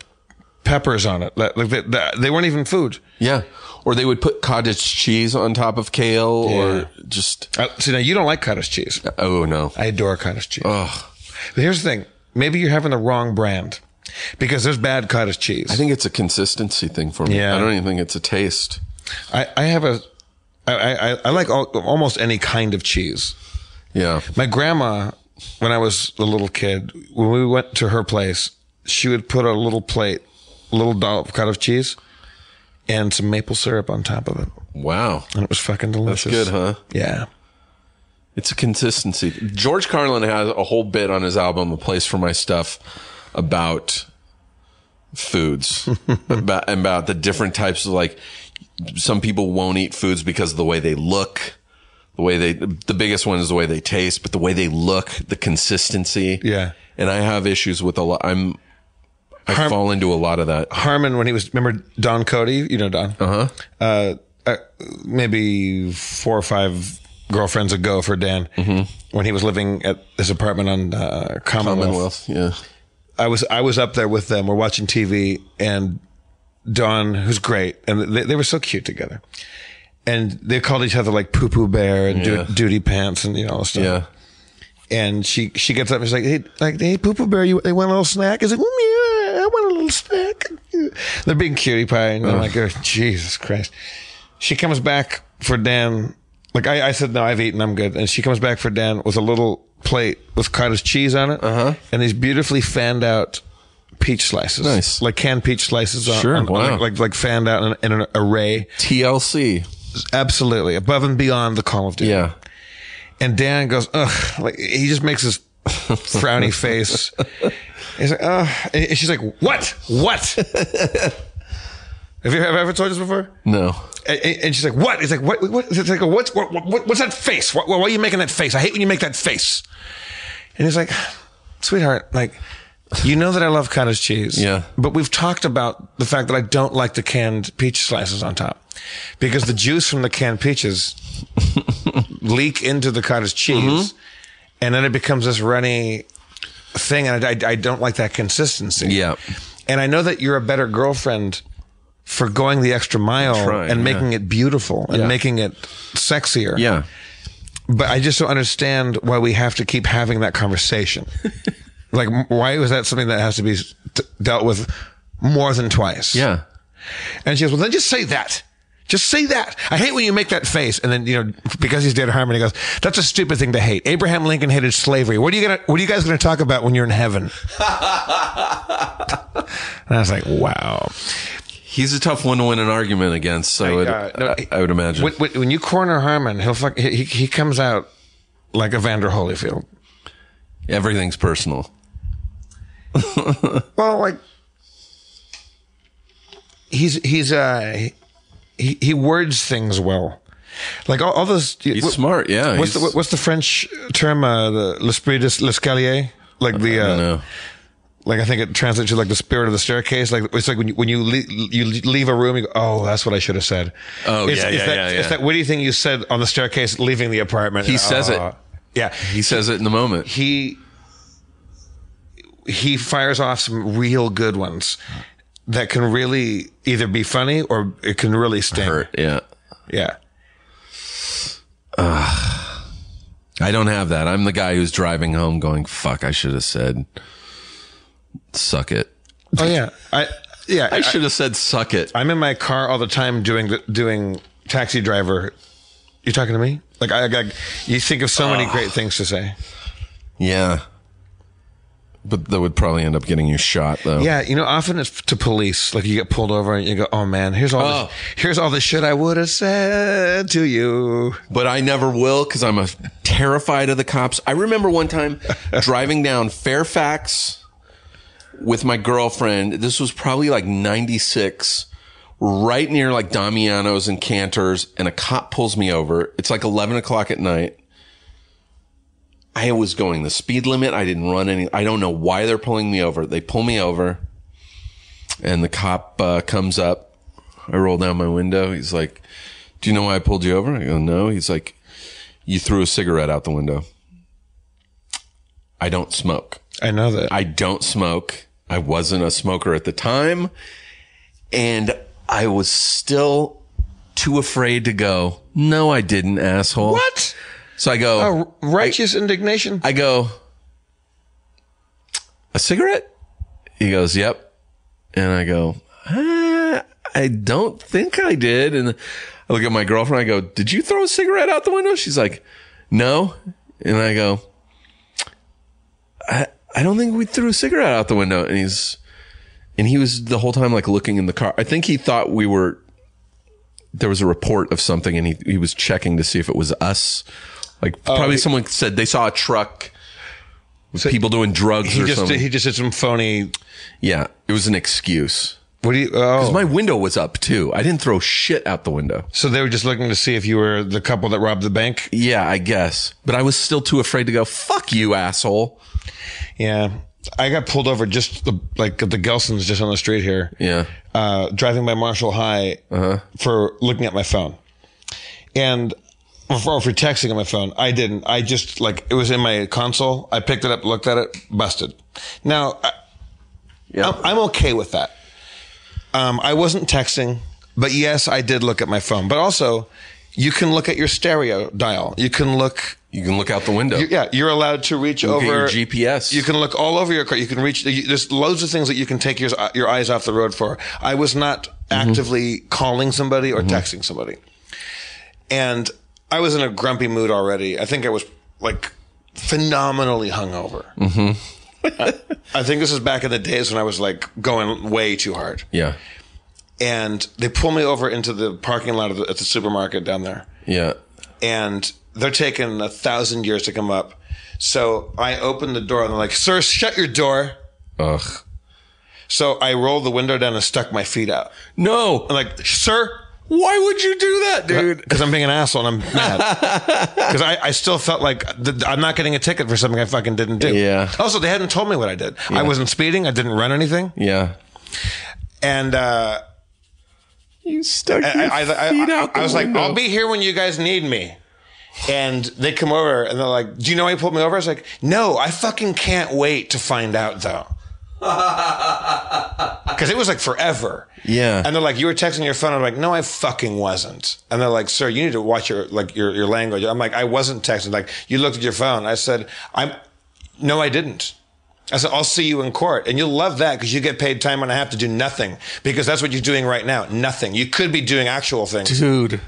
peppers on it. Like like they, they, they weren't even food.
Yeah. Or they would put cottage cheese on top of kale
Yeah.
or just
Uh, see, now you don't like cottage cheese.
oh no.
I adore cottage cheese.
Oh.
But here's the thing: maybe you're having the wrong brand because there's bad cottage cheese.
I think it's a consistency thing for me.
Yeah.
I don't even think it's a taste.
I, I have a. I, I, I like all, almost any kind of cheese.
Yeah.
My grandma, when I was a little kid, when we went to her place, she would put a little plate, a little dollop of cottage cheese, and some maple syrup on top of it,
Wow.
and it was fucking delicious.
Good, huh?
Yeah.
It's a consistency. George Carlin has a whole bit on his album, A Place for My Stuff, about foods about, about the different types of like, some people won't eat foods because of the way they look. The way they, the biggest one is the way they taste, but the way they look, the consistency.
Yeah.
And I have issues with a lot. I'm, I
Harm-
fall into a lot of that.
Harmon when he was remember Don Cody, you know Don. Uh-huh. Uh uh, Maybe four or five girlfriends ago for Dan when he was living at his apartment on uh, Commonwealth.
Commonwealth. Yeah.
I was I was up there with them. We're watching TV and Don, who's great, and they, they were so cute together. And they called each other like Poo Poo Bear and
Yeah.
du- Duty Pants and you know all this stuff
Yeah.
and she she gets up and she's like, hey, like, hey, Poopa Bear, you they want a little snack? He's like, mm, yeah, I want a little snack. They're being cutie pie, and I'm like, oh, Jesus Christ. She comes back for Dan. Like I, I said, no, I've eaten, I'm good. And she comes back for Dan with a little plate with cottage cheese on it, uh-huh. and these beautifully fanned out peach slices,
Nice.
like canned peach slices, on,
Sure,
on- on,
wow.
like, like like fanned out in, in an array,
TLC.
absolutely above and beyond the Call of Duty.
Yeah.
And Dan goes, ugh, like he just makes this frowny face. He's like, ugh. And she's like, what? What? Have you have I ever told you this before?
No.
And, and she's like, what? He's like, what? what? It's like, what's, what, what, what's that face? Why, why are you making that face? I hate when you make that face. And he's like, sweetheart, like, you know that I love cottage cheese.
Yeah.
But we've talked about the fact that I don't like the canned peach slices on top because the juice from the canned peaches leak into the cottage
Mm-hmm.
cheese. And then it becomes this runny thing. And I, I, I don't like that consistency.
Yeah.
And I know that you're a better girlfriend for going the extra mile
Trying,
and making
yeah.
it beautiful and
Yeah.
making it sexier.
Yeah.
But I just don't understand why we have to keep having that conversation. like, m- why was that something that has to be s- t- dealt with more than twice?
Yeah.
And she goes, well, then just say that. Just say that. I hate when you make that face. And then, you know, because he's dead Harmon, he goes, that's a stupid thing to hate. Abraham Lincoln hated slavery. What are you going to, what are you guys going to talk about when you're in heaven? and I was like, wow.
He's a tough one to win an argument against. So it,
Uh, no,
I, I would imagine.
When, when- when you corner Harmon, he'll fuck, he, he- he comes out like Evander Holyfield.
Everything's personal.
Well, like he's he's uh he he words things well. Like all, all those
He's smart, yeah,
What's
he's-
the what's the French term? Uh, the l'esprit de l'escalier. Like the
I
uh,
don't know.
like I think it translates to like the spirit of the staircase. Like it's like when you when you le- you leave a room, you go, oh, that's what I should have said.
Oh,
it's,
yeah,
it's
yeah,
that,
yeah, yeah.
It's that witty thing you said on the staircase leaving the apartment. Uh,
He says it.
Yeah,
He says it in the moment.
he he fires off some real good ones that can really either be funny or it can really sting.
Hurt. Yeah.
Yeah.
I don't have that. I'm the guy who's driving home going, fuck, I should have said, suck it.
Oh yeah. I yeah.
I should have said, suck it.
I'm in my car all the time doing the, doing taxi driver. You talking to me? Like I, I you think of so many
Oh.
great things to say.
Yeah. But that would probably end up getting you shot, though.
Yeah, you know, often it's to police. Like you get pulled over and you go, "Oh man, here's all
Oh.
this, here's all the shit I would have said to you."
but I never will because I'm a terrified of the cops. I remember one time driving down Fairfax with my girlfriend. This was probably like 96, right near like Damiano's and Cantor's, and a cop pulls me over. It's like 11 o'clock at night. I was going the speed limit. I didn't run any. I don't know why they're pulling me over. They pull me over, and the cop uh, comes up. I roll down my window. He's like, do you know why I pulled you over? I go, no. He's like, you threw a cigarette out the window. I don't smoke.
I know that.
I don't smoke. I wasn't a smoker at the time. And I was still too afraid to go, no, I didn't, asshole.
what?
So I go,
A righteous indignation.
I go, a cigarette? He goes, yep. And I go, "Ah, I don't think I did. And I look at my girlfriend. I go, did you throw a cigarette out the window? She's like, no. And I go, I, I don't think we threw a cigarette out the window. And he's, and he was the whole time like looking in the car. I think he thought we were, there was a report of something and he, he was checking to see if it was us. Like probably
Oh, he-
someone said they saw a truck with people doing drugs
he
or
just
something.
he just did some phony.
yeah, it was an excuse.
What do you? Oh,
My window was up too. I didn't throw shit out the window.
so they were just looking to see if you were the couple that robbed the bank.
Yeah, I guess. But I was still too afraid to go, fuck you, asshole.
Yeah, I got pulled over just the, like at the Gelsons just on the street here.
Yeah. Uh-huh.
uh, driving by Marshall High for looking at my phone, and or for, or for texting on my phone. I didn't. I just like it was in my console. I picked it up, looked at it, busted. Now, I, I'm, I'm okay with that. Um, I wasn't texting, but yes, I did look at my phone. But also, you can look at your stereo dial. You can look.
You can look out the window.
you- yeah, you're allowed to reach
Look at
over
your GPS.
You can look all over your car. You can reach. you- There's loads of things that you can take your your eyes off the road for. I was not
Mm-hmm.
actively calling somebody or texting somebody, and I was in a grumpy mood already. I think I was like phenomenally hungover. Mm-hmm. I, I think this is back in the days when I was like going way too hard
yeah.
and they pull me over into the parking lot of the, at the supermarket down there,
Yeah.
and they're taking a thousand years to come up. So I open the door and they're like, "Sir, shut your door."
Ugh.
So I rolled the window down and stuck my feet out.
No.
I'm like, "Sir,
Why would you do that, dude?
because I'm being an asshole and I'm mad because I, I still felt like th- I'm not getting a ticket for something I fucking didn't do."
Yeah.
Also, they hadn't told me what I did. I wasn't speeding. I didn't run anything.
Yeah.
And uh,
You stuck
I, I, I, I, I was like, I'll be here when you guys need me. And they come over and they're like, Do you know why you pulled me over? I was like, No, I fucking can't wait to find out though. Because it was like forever.
Yeah.
And they're like, You were texting your phone. I'm like, No, I fucking wasn't. And they're like, Sir, you need to watch your like your, your language. I'm like, I wasn't texting. Like, you looked at your phone. I said, I'm no, I didn't. I said, I'll see you in court. And you'll love that because you get paid time and a half to do nothing because that's what you're doing right now. Nothing. You could be doing actual things.
dude.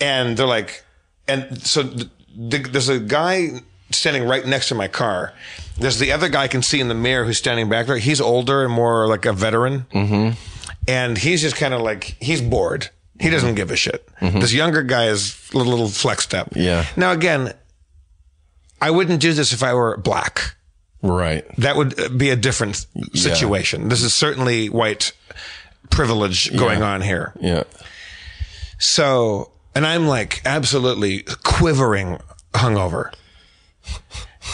and they're like, and so th- th- there's a guy standing right next to my car. There's the other guy I can see in the mirror who's standing back there. He's older and more like a veteran, mm-hmm. and he's just kind of like he's bored. He doesn't give a shit. This younger guy is a little, little flexed up.
Mm-hmm. Yeah.
Now again, I wouldn't do this if I were black.
Right.
That would uh, be a different situation. This is certainly white privilege going on here.
Yeah.
So, and I'm like absolutely quivering hungover.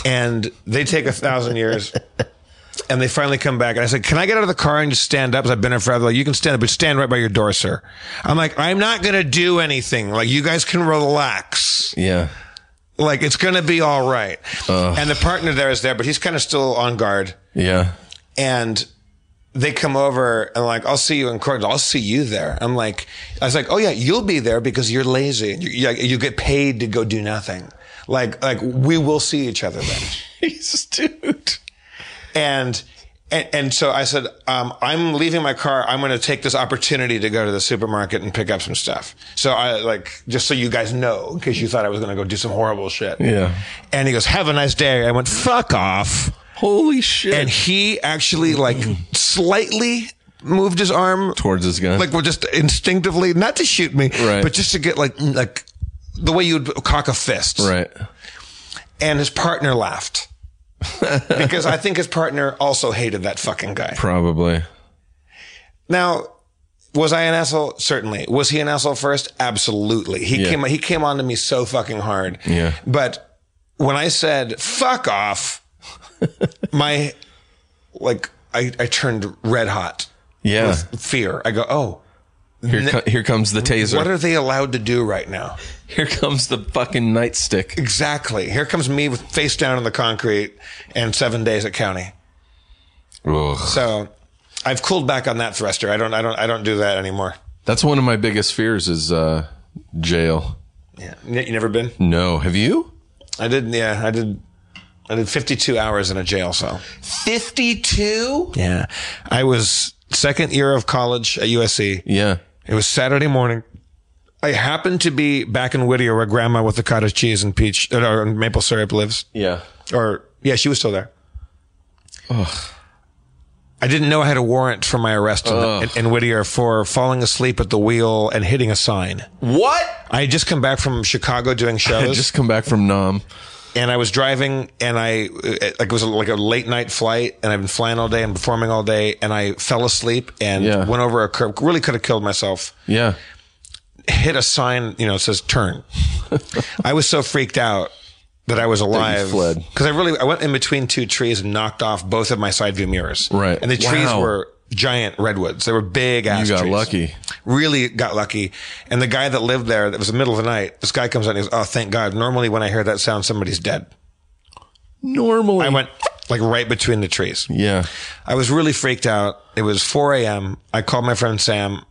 And they take a thousand years and they finally come back. And I said, Can I get out of the car and just stand up? 'Cause I've been here forever. They're Like, you can stand up, but stand right by your door, sir. I'm like, I'm not going to do anything. Like, you guys can relax
Yeah.
like it's gonna be all right. And the partner there is there, but he's kind of still on guard.
Yeah.
And they come over and like, I'll see you in court. I'll see you there. I'm like, I was like, oh yeah, you'll be there because you're lazy and you, you, you get paid to go do nothing. Like, like we will see each other then.
Jesus, dude.
And, and, and so I said, um, I'm leaving my car. I'm going to take this opportunity to go to the supermarket and pick up some stuff. So I like, just so you guys know, in case you thought I was going to go do some horrible shit.
Yeah.
And he goes, have a nice day. I went, fuck off.
Holy shit.
And he actually like slightly moved his arm
Towards his gun.
Like we're just instinctively, not to shoot me,
Right.
but just to get like, like the way you'd cock a fist.
right.
And his partner laughed. because I think his partner also hated that fucking guy.
Probably.
Now, was I an asshole? Certainly. Was he an asshole first? Absolutely. He
Yeah.
came he came on to me so fucking hard.
Yeah.
But when I said fuck off, my like I, I turned red hot
Yeah.
with fear. I go, oh,
here, co- here comes the taser.
what are they allowed to do right now?
here comes the fucking nightstick.
Exactly. Here comes me with face down on the concrete and seven days at county.
Ugh.
So I've cooled back on that thruster. I don't I don't I don't do that anymore.
That's one of my biggest fears is uh, jail.
Yeah. You never been?
No, have you?
I did. Yeah, I did. I did 52 hours in a jail cell.
52?
Yeah, I was second year of college at USC.
Yeah.
It was Saturday morning. I happened to be back in Whittier where Grandma with the cottage cheese and peach uh, or maple syrup lives.
Yeah.
Or yeah, she was still there. I didn't know I had a warrant for my arrest in, in, in Whittier for falling asleep at the wheel and hitting a sign.
What?
I had just come back from Chicago doing
I
shows.
just come back from Nam.
and I was driving and I uh, like it was like a late night flight and I've been flying all day and performing all day and I fell asleep and
Yeah.
went over a curb really could have killed myself
Yeah.
hit a sign you know it says turn I was so freaked out that I was alive
fled.
because I really I went in between two trees and knocked off both of my side view mirrors
Right.
and the trees
Wow.
were giant redwoods they were big ass
You got
trees.
lucky.
really got lucky and the guy that lived there that was the middle of the night this guy comes out and he goes oh thank God normally when I hear that sound somebody's dead
Normally.
I went like right between the trees.
yeah.
I was really freaked out. It was 4 a.m. I called my friend Sam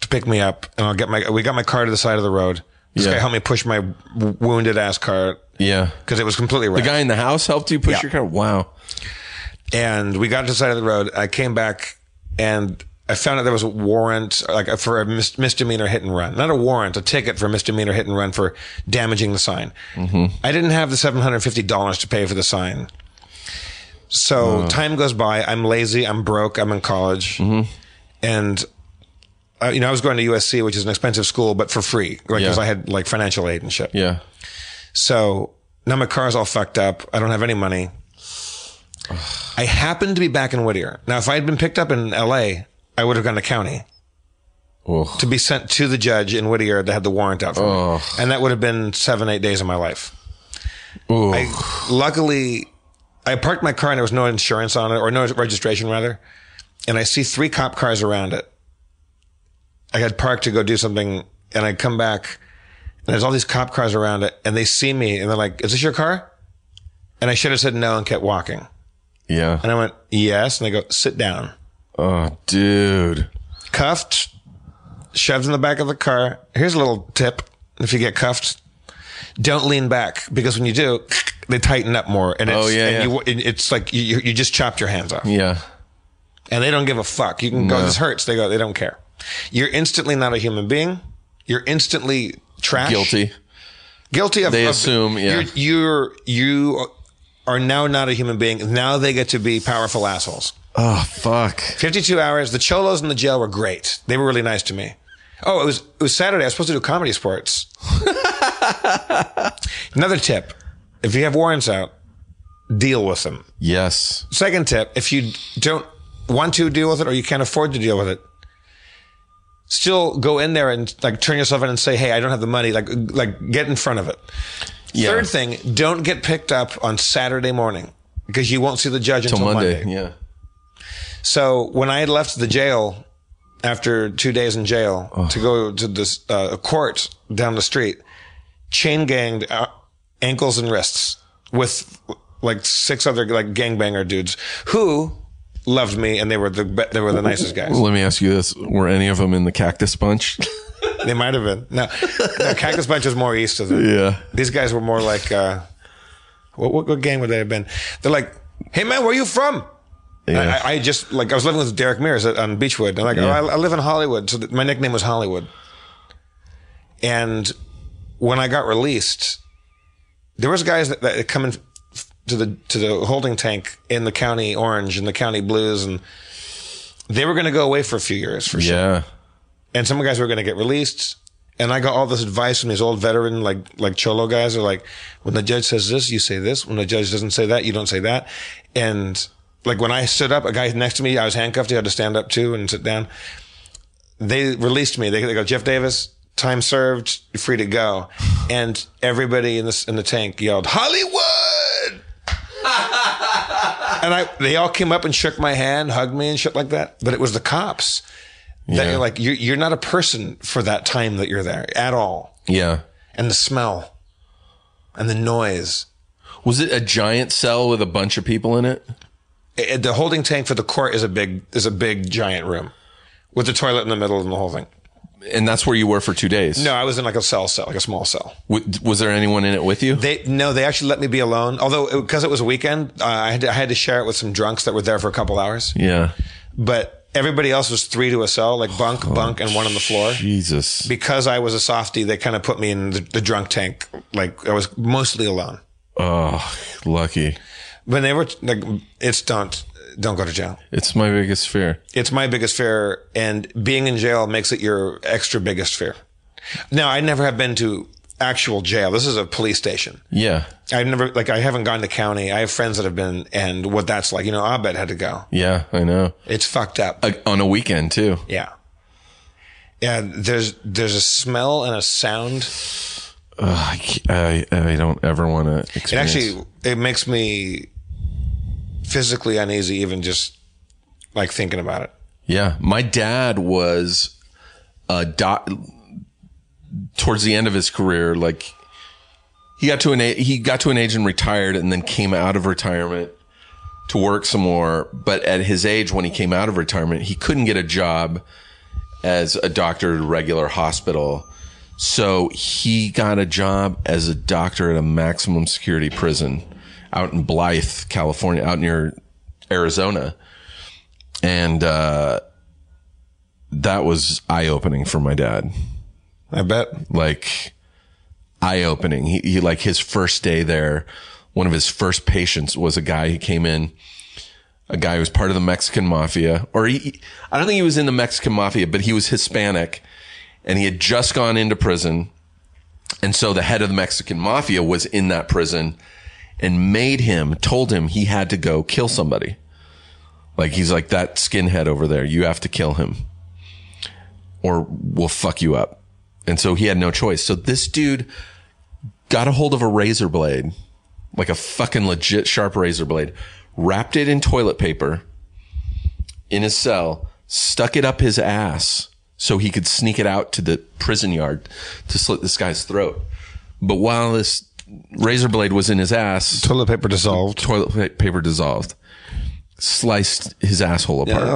to pick me up, and I'll get my. We got my car to the side of the road. This
Yeah.
guy helped me push my w- wounded ass car
Yeah.
because it was completely
The
wrecked.
guy in the house helped you push
Yeah.
your car? Wow.
and we got to the side of the road. I came back and. I found out there was a warrant, like for a mis- misdemeanor hit and run. Not a warrant, a ticket for a misdemeanor hit and run for damaging the sign. I didn't have the $750 to pay for the sign. So time goes by. I'm lazy. I'm broke. I'm in college, and uh, you know I was going to USC, which is an expensive school, but for free because
Yeah.
I had like financial aid and shit.
Yeah.
So now my car's all fucked up. I don't have any money. I happened to be back in Whittier. Now, if I had been picked up in L.A., I would have gone to county
Ugh.
to be sent to the judge in Whittier that had the warrant out for me, and that would have been seven, eight days of my life.
Ugh.
I, luckily, I parked my car and there was no insurance on it or no registration rather. And I see three cop cars around it. I had parked to go do something and I come back and there's all these cop cars around it and they see me and they're like, is this your car? And I should have said no and kept walking.
yeah.
And I went, yes. And they go, sit down.
Oh, dude.
Cuffed, shoved in the back of the car. Here's a little tip. If you get cuffed, don't lean back because when you do, they tighten up more, and it's
Oh, yeah,
and
yeah.
You, and it's like you, you just chopped your hands off,
Yeah.
and they don't give a fuck. You can go,
No.
this hurts. They go, they don't care. You're instantly not a human being. You're instantly trash,
Guilty.
guilty of.
They
of-
assume, yeah.
you're, you're you are now not a human being. Now they get to be powerful assholes.
Oh, fuck.
52 hours. The Cholos in the jail were great. They were really nice to me. Oh, it was it was Saturday. I was supposed to do comedy sports. Another tip: if you have warrants out, deal with them.
Yes.
Second tip: if you don't want to deal with it or you can't afford to deal with it, still go in there and like turn yourself in and say, "Hey, I don't have the money." Like like get in front of it.
Yeah.
Third thing: don't get picked up on Saturday morning because you won't see the judge
Till
until,
Monday.
Monday.
Yeah.
So when I left the jail after two days in jail to go to this uh, court down the street, chain ganged uh, ankles and wrists with like six other like gangbanger dudes who loved me and they were the be- they were the nicest guys.
Let me ask you this. Were any of them in the cactus bunch?
They might have been no, no Cactus Bunch was more east of them.
yeah.
These guys were more like uh, what, what what gang would they have been? They're like, hey man, where you from?
Yeah.
I, I just like I was living with Derek Mears at, on Beachwood. I'm like,
Yeah.
oh, I, I live in Hollywood, so th- my nickname was Hollywood. And when I got released, there was guys that, that had come in f- to the to the holding tank in the county orange and the county blues, and they were going to go away for a few years for sure.
yeah.
And some guys were going to get released. And I got all this advice from these old veteran, like like cholo guys, are like, when the judge says this, you say this. When the judge doesn't say that, you don't say that. And like when I stood up, a guy next to me, I was handcuffed. He had to stand up too and sit down. They released me. They, they go, Jeff Davis, time served, you're free to go. And everybody in this in the tank yelled, Hollywood. and I, they all came up and shook my hand, hugged me, and shit like that. But it was the cops that
Yeah.
you're like you're, you're not a person for that time that you're there at all
Yeah.
and the smell and the noise
Was it a giant cell with a bunch of people in it?
I- I- the holding tank for the court is a big is a big giant room with the toilet in the middle and the whole thing
And that's where you were for two days.
no i was in like a cell cell like a small cell
W- was there anyone in it with you?
they no they actually let me be alone although because it, was a weekend uh, I, had to, I had to share it with some drunks that were there for a couple hours
yeah.
but everybody else was three to a cell like bunk bunk and one on the floor
Jesus.
because i was a softie they kind of put me in the, the drunk tank like i was mostly alone
Oh, lucky.
When they were like, it's don't don't go to jail.
It's my biggest fear.
It's my biggest fear, and being in jail makes it your extra biggest fear. Now, I never have been to actual jail. This is a police station.
Yeah.
I've never like I haven't gone to county. I have friends that have been, and what that's like. You know, Abed had to go.
Yeah, I know.
It's fucked up.
A- on a weekend too.
yeah. Yeah, there's there's a smell and a sound.
Ugh, I, c- I- I don't ever want to experience.
It actually it makes me physically uneasy even just like thinking about it.
Yeah, my dad was a doc. Towards the end of his career, like he got to an a- he got to an age and retired, and then came out of retirement to work some more. But at his age, when he came out of retirement, he couldn't get a job as a doctor at a regular hospital. So he got a job as a doctor at a maximum security prison out in Blythe, California, out near Arizona and uh, that was eye opening for my dad.
I bet.
Like eye opening. He, he like his first day there. One of his first patients was a guy who came in, a guy who was part of the Mexican mafia, or he, I don't think he was in the Mexican mafia, but he was Hispanic, and he had just gone into prison, and so the head of the Mexican mafia was in that prison, and made him, told him he had to go kill somebody. Like he's like that skinhead over there. You have to kill him, or we'll fuck you up. And so he had no choice. So this dude got a hold of a razor blade, like a fucking legit sharp razor blade, wrapped it in toilet paper in his cell, stuck it up his ass so he could sneak it out to the prison yard to slit this guy's throat. But while this razor blade was in his ass,
Toilet paper dissolved.
toilet pa- paper dissolved, sliced his asshole apart.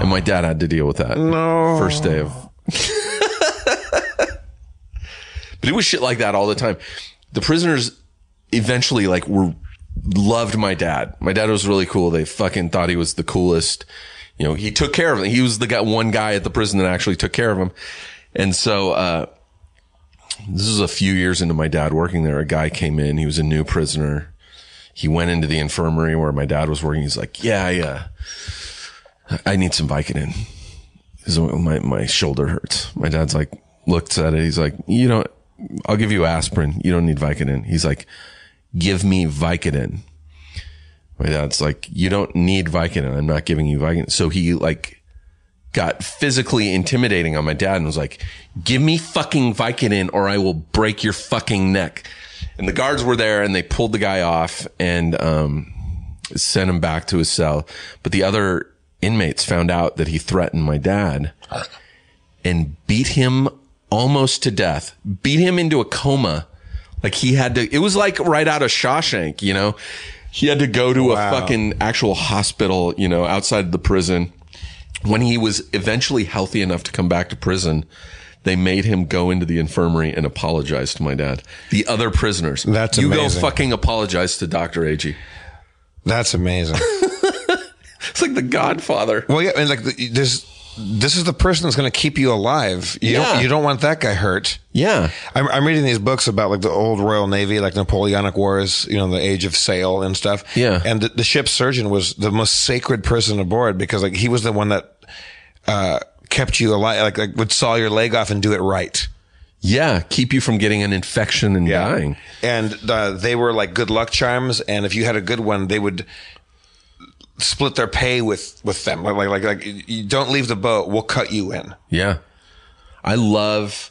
And my dad had to deal with that. No. First day of. but it was shit like that all the time. The prisoners eventually like were loved my dad. My dad was really cool. They fucking thought he was the coolest. You know, he took care of them. He was the guy, one guy at the prison that actually took care of him. And so, uh, this was a few years into my dad working there. A guy came in. He was a new prisoner. He went into the infirmary where my dad was working. He's like, yeah, yeah. I need some Vicodin. 'Cause My, my shoulder hurts. My dad's like, looked at it. He's like, you don't, I'll give you aspirin. You don't need Vicodin. He's like, give me Vicodin. My dad's like, you don't need Vicodin. I'm not giving you Vicodin. So he like got physically intimidating on my dad and was like, give me fucking Vicodin or I will break your fucking neck. And the guards were there and they pulled the guy off and, um, sent him back to his cell. But the other inmates found out that he threatened my dad and beat him almost to death, beat him into a coma. Like he had to, it was like right out of Shawshank, you know? He had to go to a fucking actual hospital, you know, outside the prison. When he was eventually healthy enough to come back to prison, they made him go into the infirmary and apologize to my dad. The other prisoners.
That's
You
amazing.
go fucking apologize to Dr. Agee.
That's amazing.
It's like the Godfather.
well, yeah, and like the- this, this is the person that's going to keep you alive. You
Yeah.
don't, you don't want that guy hurt.
Yeah.
I'm, I'm reading these books about like the old Royal Navy, like Napoleonic Wars, you know, the Age of Sail and stuff.
Yeah.
And the, the ship's surgeon was the most sacred person aboard because like he was the one that uh, kept you alive, like, like would saw your leg off and do it right.
Yeah. Keep you from getting an infection and dying.
And uh, they were like good luck charms, and if you had a good one, they would split their pay with with them. Like like like, like you don't leave the boat, we'll cut you in.
Yeah. I love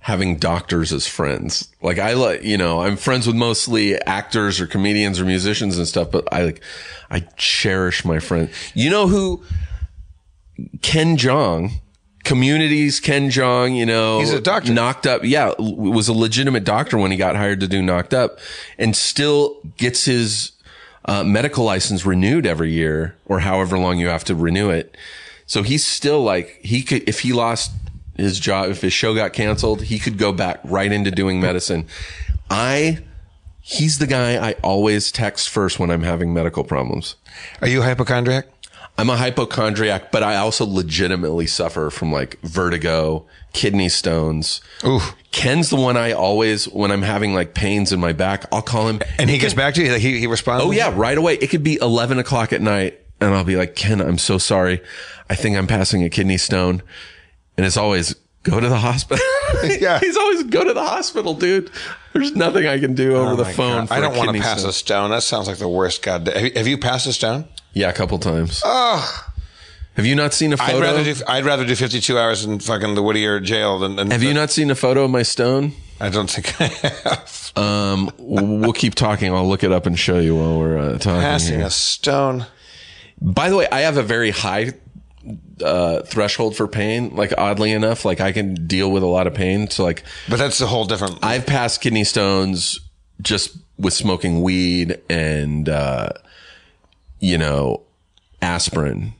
having doctors as friends. Like I like, you know, I'm friends with mostly actors or comedians or musicians and stuff, but I like, I cherish my friend. You know who? Ken Jong. Communities, Ken Jong, you know,
He's a doctor.
knocked up. Yeah, l- was a legitimate doctor when he got hired to do knocked up, and still gets his uh, medical license renewed every year or however long you have to renew it. So he's still like he could if he lost his job if his show got canceled, he could go back right into doing medicine. I he's the guy I always text first when I'm having medical problems.
Are you a hypochondriac?
I'm a hypochondriac, but I also legitimately suffer from like vertigo, kidney stones.
Ooh.
Ken's the one I always when I'm having like pains in my back, I'll call him
And he gets back to you. Like, he he responds.
Oh yeah, right away. It could be eleven o'clock at night, and I'll be like, Ken, I'm so sorry. I think I'm passing a kidney stone, and it's always go to the hospital.
Yeah.
he's always go to the hospital, dude. There's nothing I can do over
Oh
the
my
phone.
God. I don't want to pass
stone.
a stone. That sounds like the worst. God, have you, have you passed a stone?
Yeah, a couple times. Have you not seen a photo?
I'd rather do. I'd rather do 52 hours in fucking the Whittier jail than. than
Have you not seen a photo of my stone?
I don't think I have.
Um, w- we'll keep talking. I'll look it up and show you while we're uh, talking.
Passing
here.
a stone.
By the way, I have a very high uh, threshold for pain. Like oddly enough, like I can deal with a lot of pain. So like
But that's a whole different.
I've passed kidney stones just with smoking weed and, uh, you know, aspirin.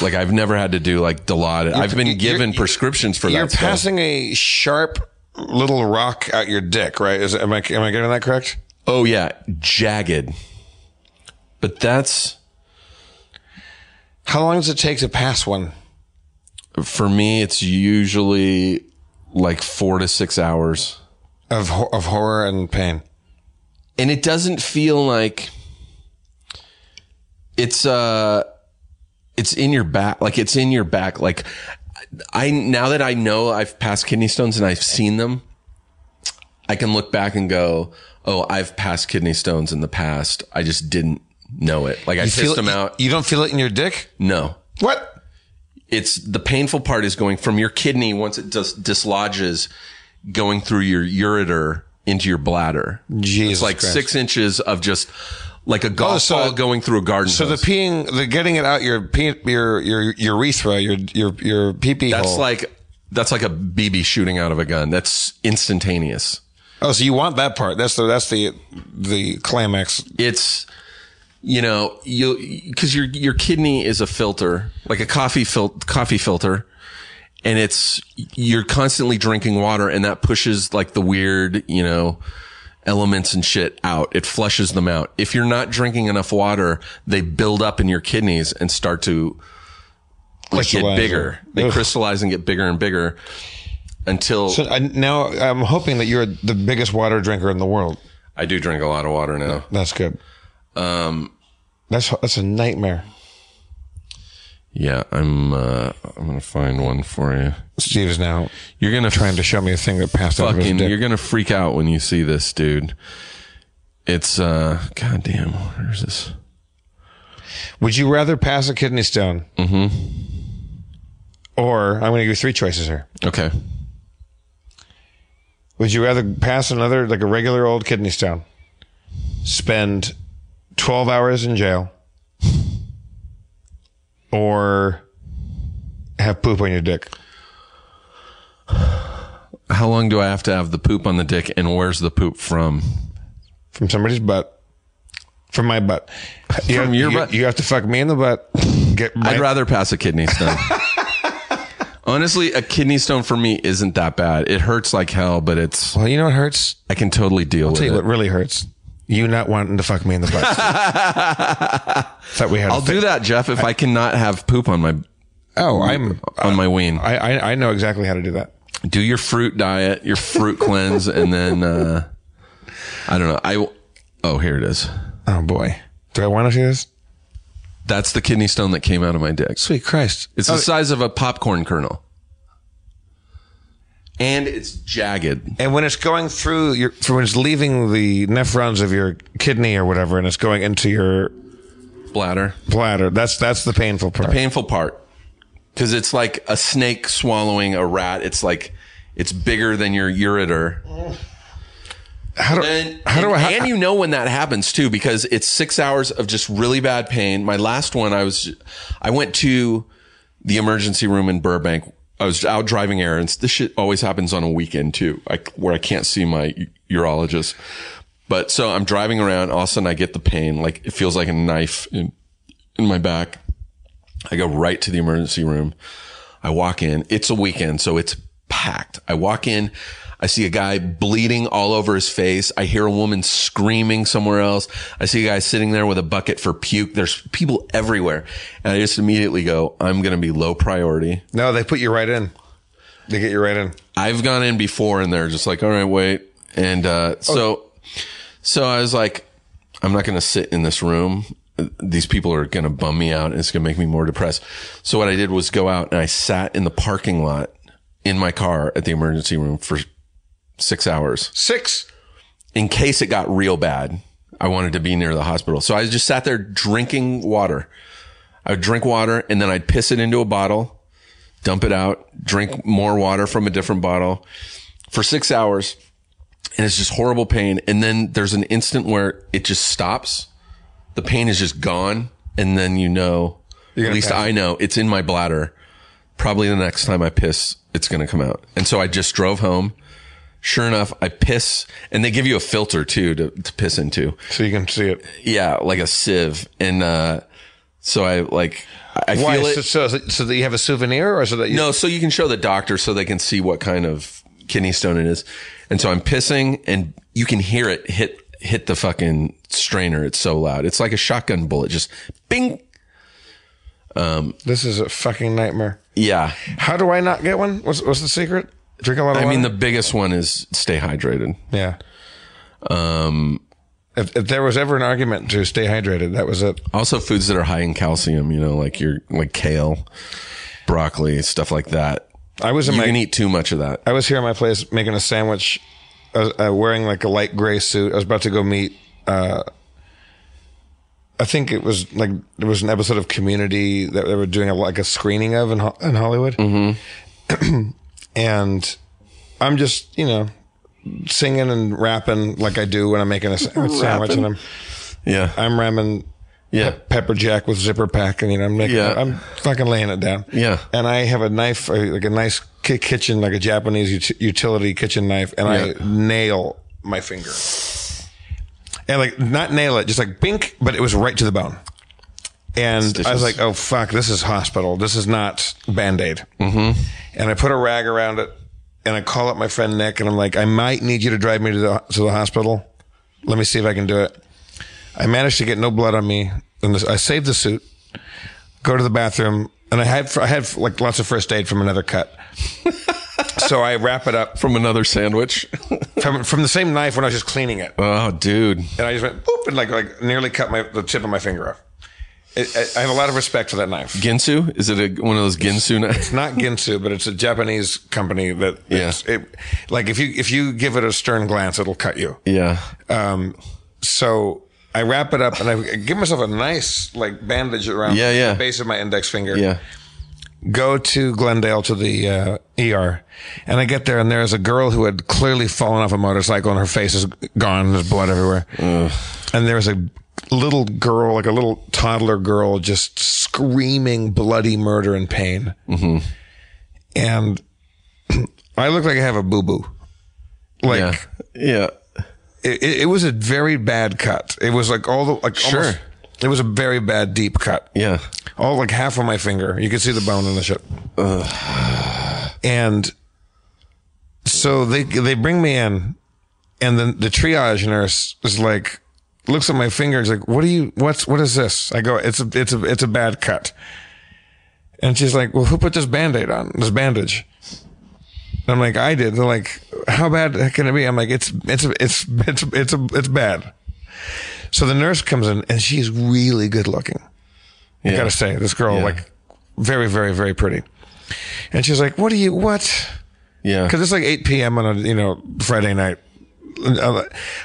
Like I've never had to do like Dilaudid. I've been
you're-
given
you're-
prescriptions for
You're
that. stuff.
passing a sharp little rock out your dick, right? Is am I am I getting that correct?
Oh yeah, jagged. But that's
How long does it take to pass one?
for me. It's usually like four to six hours.
Of, ho- of horror and pain.
and it doesn't feel like it's uh it's in your back like it's in your back like i now that i know i've passed kidney stones and i've seen them i can look back and go oh i've passed kidney stones in the past i just didn't know it like i pissed them out
You don't feel it in your dick?
no
What?
it's the painful part is going from your kidney once it dis- dislodges going through your ureter into your bladder
Jesus
it's like
Christ.
six inches of just like a golf
Oh, so-
ball going through a garden
So the
hose.
peeing, the getting it out your pee, your your urethra, your your your pee pee
that's
hole.
like that's like a bb shooting out of a gun that's instantaneous
oh, so you want that part? That's the that's the the climax.
it's you know you because your your kidney is a filter like a coffee fil- coffee filter and it's you're constantly drinking water and that pushes like the weird you know elements and shit out. It flushes them out. If you're not drinking enough water, they build up in your kidneys and start to like, get
Crystallize.
bigger. They
Ugh.
crystallize and get bigger and bigger until
So I, now I'm hoping that you're the biggest water drinker in the world.
I do drink a lot of water now.
That's good. Um,
Um,
that's that's a nightmare.
Yeah, I'm uh, I'm gonna find one for you.
Steve is now
You're gonna
trying to show me a thing that passed out of his
fucking
dick.
you're gonna freak out when you see this dude it's uh goddamn where's this
Would you rather pass a kidney stone? Mm-hmm. Or I'm going to give you three choices here.
okay
Would you rather pass another like a regular old kidney stone? Spend 12 hours in jail, or have poop on your dick?
how long do i have to have the poop on the dick and where's the poop from
from somebody's butt, from my butt. You
From
have,
your
you-
butt?
You have to fuck me in the butt. Get my,
i'd rather pass a kidney stone honestly a kidney stone for me isn't that bad it hurts like hell but it's
Well, you know what hurts?
i can totally deal with
Tell you
it
what really hurts. You not wanting to fuck me in the butt. Thought we had. a
i'll
thing.
do that jeff if i, cannot have poop on my
Oh, I'm.
on my ween
I, I I know exactly how to do that.
do your fruit diet, your fruit cleanse, and then uh, I don't know. I will- oh here it is.
Oh boy, do I want to see this?
That's the kidney stone that came out of my dick.
Sweet Christ! Oh,
It's the size of a popcorn kernel, and it's jagged.
And when it's going through your, for when it's leaving the nephrons of your kidney or whatever, and it's going into your
Bladder,
bladder, that's that's the painful part.
painful part, because it's like a snake swallowing a rat. It's like it's bigger than your ureter.
how do,
And,
how do
and-
I? How,
and you know when that happens too, because it's six hours of just really bad pain. My last one, I was, I went to the emergency room in Burbank. I was out driving errands. This shit always happens on a weekend too, I, where I can't see my u- urologist. But so I'm driving around. All of a sudden I get the pain. Like it feels like a knife in, in my back. I go right to the emergency room. I walk in. It's a weekend, so it's packed. I walk in. I see a guy bleeding all over his face. I hear a woman screaming somewhere else. I see a guy sitting there with a bucket for puke. There's people everywhere. And I just immediately go, I'm going to be low priority.
no, they put you right in. They get you right in.
I've gone in before and they're just like, all right, wait. And uh, so, so I was like, I'm not going to sit in this room. These people are going to bum me out and it's going to make me more depressed. So what I did was go out and I sat in the parking lot in my car at the emergency room for six hours
Six.
in case it got real bad, I wanted to be near the hospital. So I just sat there drinking water. I would drink water and then I'd piss it into a bottle, dump it out, drink more water from a different bottle for six hours. And it's just horrible pain. And then there's an instant where it just stops. The pain is just gone. And then you know, at
gonna
least
pass.
I know it's in my bladder. Probably the next time I piss, it's going to come out. And so I just drove home sure enough, I piss, and they give you a filter too to, to piss into.
so you can see it.
Yeah, like a sieve. And uh, so I like I I
Why?
feel it.
So, so, so that you have a souvenir, or so that you
no, so you can show the doctor so they can see what kind of kidney stone it is. And so I'm pissing, and you can hear it hit hit the fucking strainer. It's so loud. It's like a shotgun bullet, just bing.
This is a fucking nightmare.
Yeah,
How do I not get one? What's, what's the secret? Drink a lot of
I
water.
mean the biggest one is stay hydrated.
yeah. Um, if, if there was ever an argument to stay hydrated, that was it.
Also, foods that are high in calcium, you know, like your like kale, broccoli, stuff like that.
I was in
You
my,
can eat too much of that.
I was here at my place making a sandwich, I was, uh, wearing like a light gray suit. I was about to go meet. Uh, I think it was like there was an episode of Community that they were doing a, like a screening of in, Ho- in Hollywood, and I'm just you know singing and rapping like I do when I'm making a sandwich, sandwich and I'm
Yeah.
I'm ramming
Yeah.
pe- pepper jack with zipper pack, and you know I'm making,
Yeah.
I'm fucking laying it down.
Yeah.
and I have a knife, uh, like a nice ki- kitchen, like a Japanese ut- utility kitchen knife, and
Yeah.
I nail my finger, and like not nail it, just like bink, but it was right to the bone. And I
Stitches.
was like, "Oh fuck, this is hospital. This is not band aid." Mm-hmm. And I put a rag around it, and I call up my friend Nick, and I'm like, "I might need you to drive me to the to the hospital." Let me see if I can do it. I managed to get no blood on me, and this, I saved the suit. Go to the bathroom, and I had I had like lots of first aid from another cut. so I wrap it up
from another sandwich.
from from the same knife when I was just cleaning it,
oh, dude.
and I just went boop and like like nearly cut my the tip of my finger off. It, I, I have a lot of respect for that knife.
Ginsu? Is it a, one of those Ginsu knives?
not Ginsu, but it's a Japanese company that
Yeah.
it's- it, like if you if you give it a stern glance, it'll cut you.
yeah.
Um, so I wrap it up and I give myself a nice like bandage around
Yeah, yeah.
the base of my index finger.
Yeah.
Go to Glendale to the uh, ER, and I get there and there is a girl who had clearly fallen off a motorcycle and her face is gone. There's blood everywhere, and there's a little girl, like a little toddler girl, just screaming bloody murder and pain.
Mm-hmm.
And I look like I have a boo boo, like
Yeah. Yeah.
it, it it was a very bad cut. It was like all the like
Sure.
almost, it was a very bad deep cut.
Yeah.
All Oh, like half of my finger. You could see the bone in the shit. And so they they bring me in, and then the triage nurse is like, looks at my finger. Is like, what do you? What's what is this? I go, it's a it's a it's a bad cut. And she's like, well, who put this band-aid on this bandage? And I'm like, I did. They're like, how bad can it be? I'm like, it's it's it's it's it's it's bad. So the nurse comes in and she's really good looking. I
Yeah.
gotta say, this girl
Yeah.
like very very very pretty. And she's like, what do you what?
Yeah.
Because it's like 8 p.m. on a you know Friday night.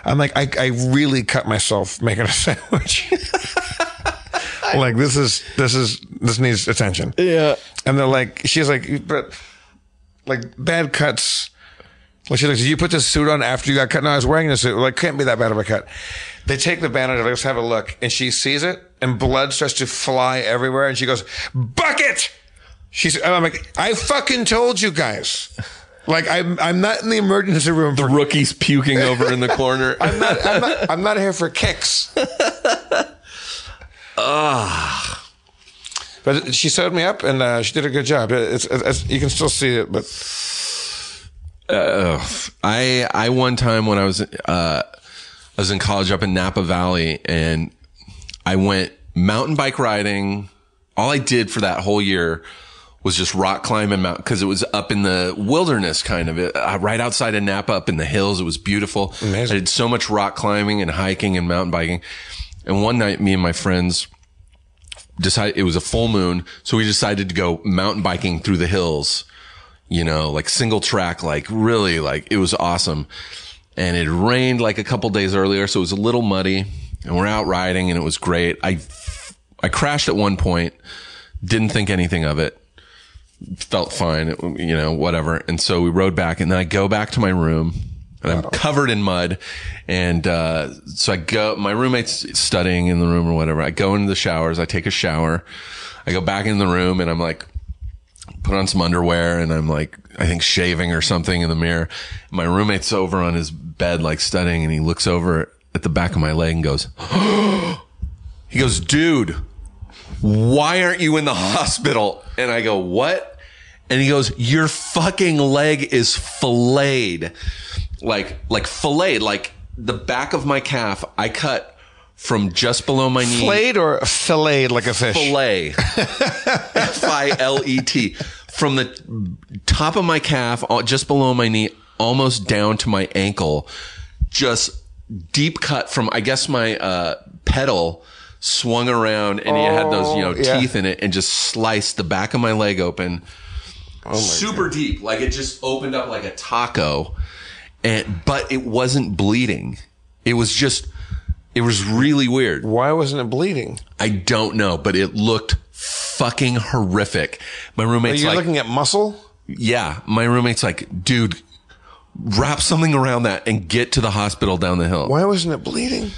I'm like, I, I really cut myself making a sandwich. like this is this is this needs attention.
Yeah.
And they're like, she's like, but like bad cuts. Like she's like, did you put this suit on after you got cut? No, I was wearing this suit. Like, can't be that bad of a cut. They take the bandage. Let's have a look. And she sees it, and blood starts to fly everywhere. And she goes, bucket. She's. and I'm like, I fucking told you guys. Like, I'm. I'm not in the emergency room. For,
Rookie's puking over in the corner.
I'm not. I'm not. I'm not here for kicks. Ah. But she sewed me up, and uh, she did a good job. It's, it's, it's, you can still see it, but
Uh, Ugh. I I one time when I was uh, I was in college up in Napa Valley, and I went mountain bike riding. All I did for that whole year was just rock climbing mountain because it was up in the wilderness, kind of it, uh, right outside of Napa, up in the hills. It was beautiful.
Amazing.
I did so much rock climbing and hiking and mountain biking. And one night, me and my friends decided it was a full moon, so we decided to go mountain biking through the hills you know, like single track, like really, like it was awesome. And it rained like a couple days earlier, so it was a little muddy. And we're out riding, and it was great. I I crashed at one point, didn't think anything of it, felt fine, it- you know, whatever. And so we rode back, and then I go back to my room, and I'm covered in mud. And uh, so I go, my roommate's studying in the room or whatever. I go into the showers, I take a shower, I go back in the room, and I'm like put on some underwear and I'm like, I think shaving or something in the mirror. My roommate's over on his bed, like studying, and he looks over at the back of my leg and goes, He goes, dude, why aren't you in the hospital? And I go, what? And he goes, your fucking leg is filleted. Like, like filleted, like the back of my calf, I cut from just below my knee
flayed or filleted like a fish.
fillet. F I L E T. From the top of my calf, all- just below my knee, almost down to my ankle, just deep cut from, I guess, my uh, pedal swung around and it had those, you know,
Oh, yeah.
teeth in it and just sliced the back of my leg open.
Oh
Super deep. Like it just opened up like a taco. And, but it wasn't bleeding. It was just, it was really weird.
Why wasn't it bleeding?
I don't know, but it looked fucking horrific. My roommate's
You're
like,
looking at muscle.
yeah, my roommate's like, dude, wrap something around that and get to the hospital down the hill.
Why wasn't it bleeding?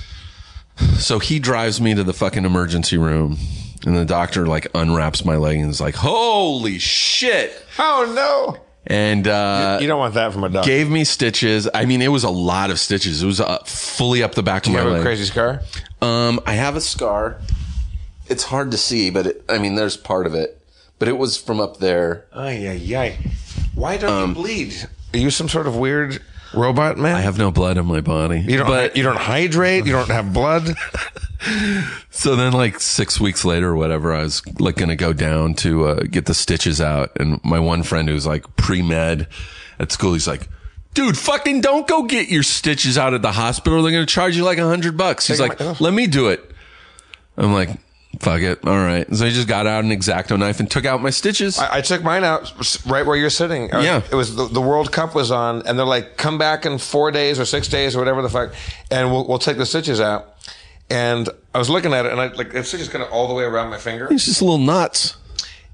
So he drives me to the fucking emergency room and the doctor like unwraps my leg and is like, holy shit.
Oh no!
And, uh,
you don't want that from a doctor.
gave me stitches. I mean, it was a lot of stitches. It was uh, fully up the back of
you
my
have a
leg.
crazy scar.
Um, I have a scar. It's hard to see, but it, I mean, there's part of it, but it was from up there.
Um, Ay, ay, ay. Why don't you bleed? Are you some sort of weird Robot man.
I have no blood in my body.
you don't.
but
you don't hydrate. You don't have blood.
so then like six weeks later or whatever, I was like going to go down to uh, get the stitches out. And my one friend who's like pre-med at school, he's like, dude, fucking don't go get your stitches out at the hospital. They're going to charge you like a hundred bucks. He's
Take uh.
like,
'em out.
let me do it. I'm like, fuck it. All right. So I just got out an exacto knife and took out my stitches.
I, I took mine out s- right where you're sitting. Uh,
Yeah.
It was the, the World Cup was on, and they're like, come back in four days or six days or whatever the fuck, and we'll, we'll take the stitches out. And I was looking at it, and I like the stitches kind of all the way around my finger.
it's just little knots.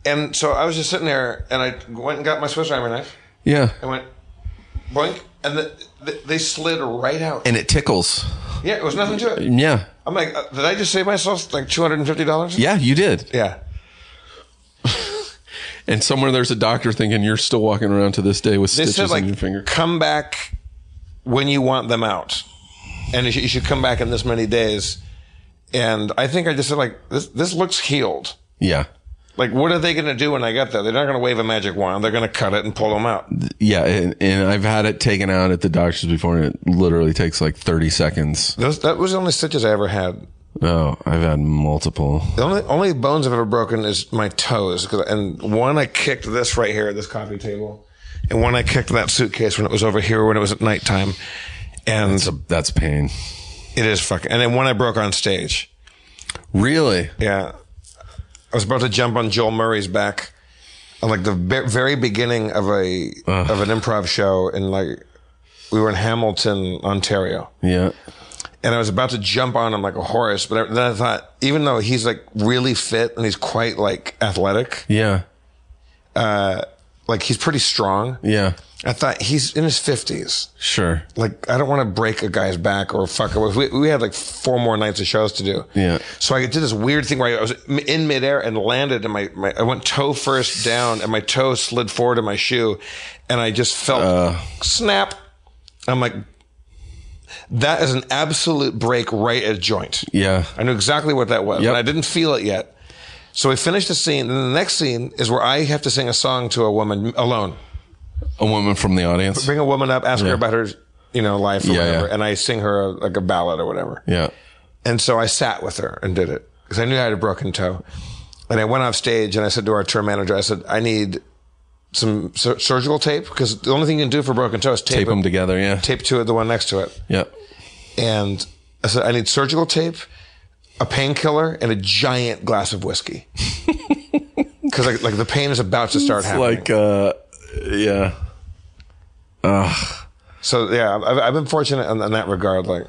And so I was just sitting there, and I went and got my Swiss Army knife.
Yeah.
I went boink, and the, the, they slid right out.
And it tickles.
yeah, it was nothing to it.
Yeah.
I'm like, uh, did I just save myself like two hundred and fifty dollars?
Yeah, you did.
Yeah.
And somewhere there's a doctor thinking you're still walking around to this day with
They
stitches
said like,
in your finger.
come back when you want them out, and you should, you should come back in this many days. And I think I just said like, this this looks healed.
Yeah.
Like, what are they going to do when I get there? They're not going to wave a magic wand. They're going to cut it and pull them out.
Yeah. And, and I've had it taken out at the doctor's before and it literally takes like 30 seconds.
Those, that was the only stitches I ever had.
Oh, I've had multiple.
The only only bones I've ever broken is my toes. 'cause- And one I kicked this right here at this coffee table, and one I kicked that suitcase when it was over here when it was at nighttime. And
That's pain.
it is fucking. And then one I broke on stage.
Really?
Yeah, I was about to jump on Joel Murray's back, on like the ve- very beginning of a of an improv show, and like we were in Hamilton, Ontario
Yeah.
and I was about to jump on him like a horse, but I, then I thought, even though he's like really fit and he's quite like athletic,
Yeah.
like he's pretty strong.
Yeah.
I thought he's in his fifties.
Sure.
Like I don't want to break a guy's back or fuck him. We, we had like four more nights of shows to do.
Yeah.
So I did this weird thing where I was in midair and landed, and my, my I went toe first down, and my toe slid forward in my shoe, and I just felt
Uh.
snap. I'm like, that is an absolute break right at joint.
Yeah.
I knew exactly what that was,
Yep.
but I didn't feel it yet. So we finished the scene, and the next scene is where I have to sing a song to a woman alone.
A woman from the audience.
Bring a woman up, ask her about her, you know, life or
Yeah,
whatever,
yeah.
and I sing her a, like a ballad or whatever.
Yeah.
And so I sat with her and did it because I knew I had a broken toe. And I went off stage and I said to our tour manager, I said, I need some sur- surgical tape because the only thing you can do for a broken toe is tape,
Tape them
it-
together. Yeah.
tape to it, the one next to it.
Yeah.
And I said, I need surgical tape, a painkiller, and a giant glass of whiskey. Because like, like the pain is about to start happening.
Like, uh, yeah.
so yeah, I've, I've been fortunate in, in that regard. Like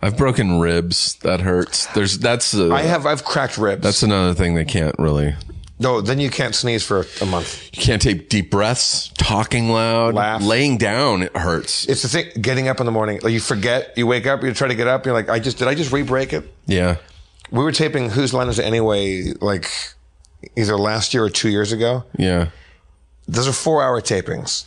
I've broken ribs. That hurts. There's, that's, uh,
I have, I've cracked ribs.
that's another thing they can't really
no, then you can't sneeze for a month.
You can't take deep breaths, talking loud,
Laugh.
laying down. It hurts.
It's the thing, getting up in the morning. Like you forget, you wake up, you try to get up, you're like, I just did I just re-break it?
yeah.
We were taping Whose Line Is It Anyway? Like either last year or two years ago.
Yeah.
Those are four-hour tapings,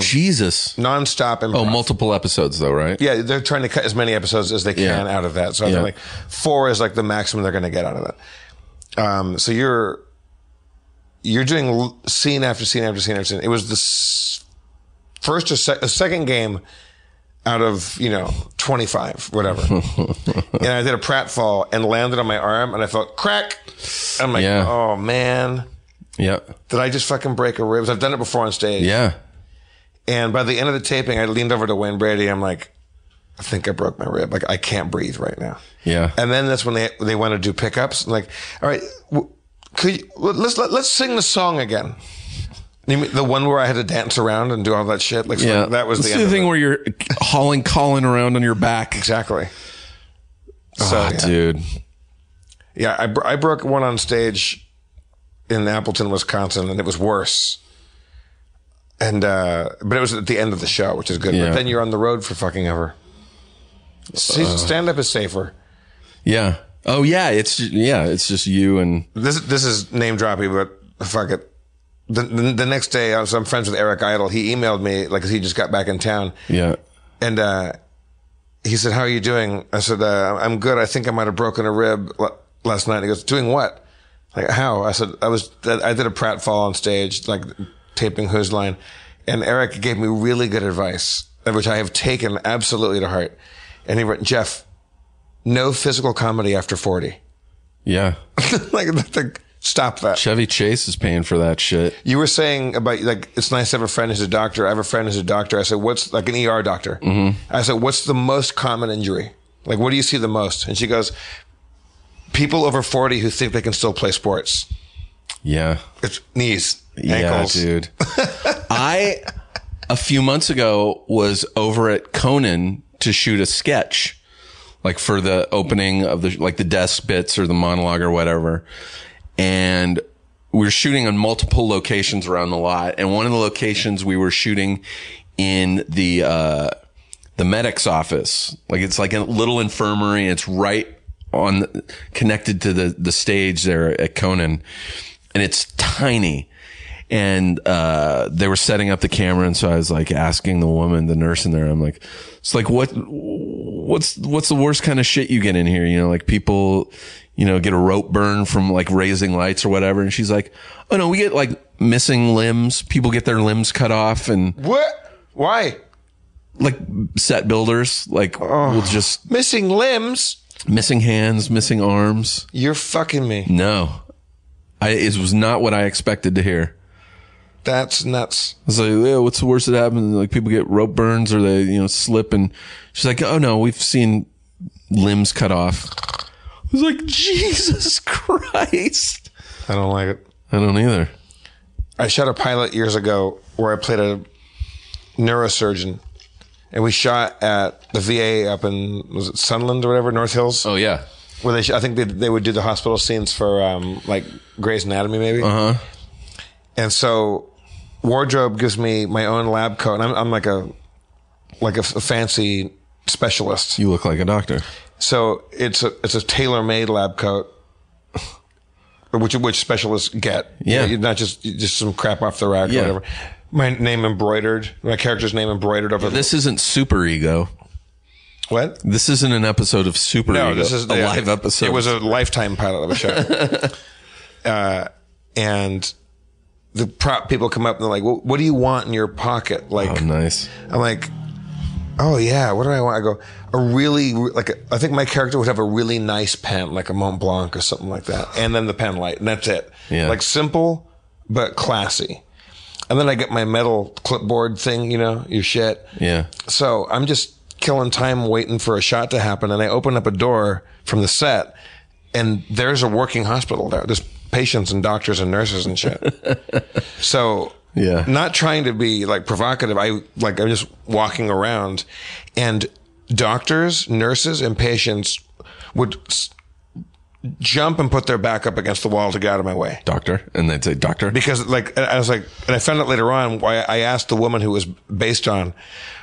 Jesus.
nonstop. Improv.
Oh, multiple episodes though, right?
Yeah, they're trying to cut as many episodes as they can
Yeah.
out of that. So I
Yeah.
think like four is like the maximum they're going to get out of that. Um, so you're you're doing l- scene after scene after scene after scene. It was the s- first or sec- a second game out of you know 25 whatever and i did a pratfall and landed on my arm and i felt crack i'm like
Yeah.
oh man
Yeah.
did i just fucking break a ribs i've done it before on stage
Yeah.
and by the end of the taping, I leaned over to Wayne Brady. I'm like, I think I broke my rib. Like I can't breathe right now.
Yeah.
And then that's when they they want to do pickups. I'm like, all right, w- could you, let- let's let, let's sing the song again. You mean The one where I had to dance around and do all that shit. Like so
yeah.
that was
It's
the, end of
thing
it.
where you're hauling Colin around on your back.
exactly. So
Ah,
yeah.
dude.
Yeah, I, bro- I broke one on stage in Appleton, Wisconsin, and it was worse. And uh, but it was at the end of the show, which is good.
Yeah.
But then you're on the road for fucking ever. Stand up is safer.
Yeah. Oh yeah. It's ju- yeah. It's just you and
This this is name droppy, but fuck it. The, the, the next day, I was, I'm friends with Eric Idle. He emailed me like 'cause he just got back in town,
yeah.
and uh, he said, "How are you doing?" I said, uh, "I'm good. I think I might have broken a rib l- last night." He goes, "Doing what?" Like how? I said, "I was I did a pratfall on stage, like taping Who's Line." And Eric gave me really good advice, which I have taken absolutely to heart. And he wrote, Jeff, no physical comedy after 40.
Yeah.
like, like, stop that.
Chevy Chase is paying for that shit.
You were saying about like it's nice to have a friend who's a doctor. I have a friend who's a doctor. I said, "What's like an ER doctor?" Mm-hmm. I said, "What's the most common injury? Like, what do you see the most?" And she goes, "People over forty who think they can still play sports.
Yeah.
It's knees,
Yeah,
ankles.
dude. I a few months ago was over at Conan to shoot a sketch, like for the opening of the like the desk bits or the monologue or whatever, and we were shooting on multiple locations around the lot. And one of the locations we were shooting in the uh, the medic's office, like it's like a little infirmary. And it's right on connected to the the stage there at Conan, and it's tiny and uh, they were setting up the camera, and so I was like asking the woman, the nurse in there, I'm like, it's like what, what's what's the worst kind of shit you get in here? You know, like people, you know, get a rope burn from like raising lights or whatever, and she's like, oh no, we get like missing limbs, people get their limbs cut off, and
What? Why?
like set builders, like we'll just
Missing limbs?
missing hands, missing arms.
You're fucking me.
No, I it was not what I expected to hear.
That's nuts.
It's like, yeah, what's the worst that happens? Like people get rope burns or they, you know, slip and she's like, oh no, we've seen limbs cut off. I was like, Jesus Christ.
I don't like it.
I don't either.
I shot a pilot years ago where I played a neurosurgeon, and we shot at the VA up in was it Sunland or whatever, North Hills.
Oh yeah.
Where they, sh- I think they, they would do the hospital scenes for um, like Grey's Anatomy, maybe.
Uh-huh.
Uh huh. And so, wardrobe gives me my own lab coat, and I'm, I'm like a like a, f- a fancy specialist.
You look like a doctor.
So it's a it's a tailor made lab coat, which which specialists get.
Yeah.
You know, not just just some crap off the rack
Yeah.
or whatever. My name embroidered, my character's name embroidered over
This isn't super ego.
the what?
This isn't an episode of super
No,
ego.
this is uh,
a live episode.
It was a lifetime pilot of a show. uh, and the prop people come up and they're like, well, "What do you want in your pocket?" Like,
oh, nice.
I'm like, oh yeah, what do I want? I go a really like a, I think my character would have a really nice pen, like a Mont Blanc or something like that, and then the pen light, and that's it.
Yeah.
Like simple but classy. And then I get my metal clipboard thing, you know, your shit.
Yeah.
So I'm just killing time waiting for a shot to happen, and I open up a door from the set, and there's a working hospital there. There's patients and doctors and nurses and shit. so
Yeah.
not trying to be like provocative. I like I'm just walking around, and doctors, nurses, and patients would s- jump and put their back up against the wall to get out of my way
Doctor. And they'd say doctor.
because like and I was like, and I found out later on why I asked the woman who was based on,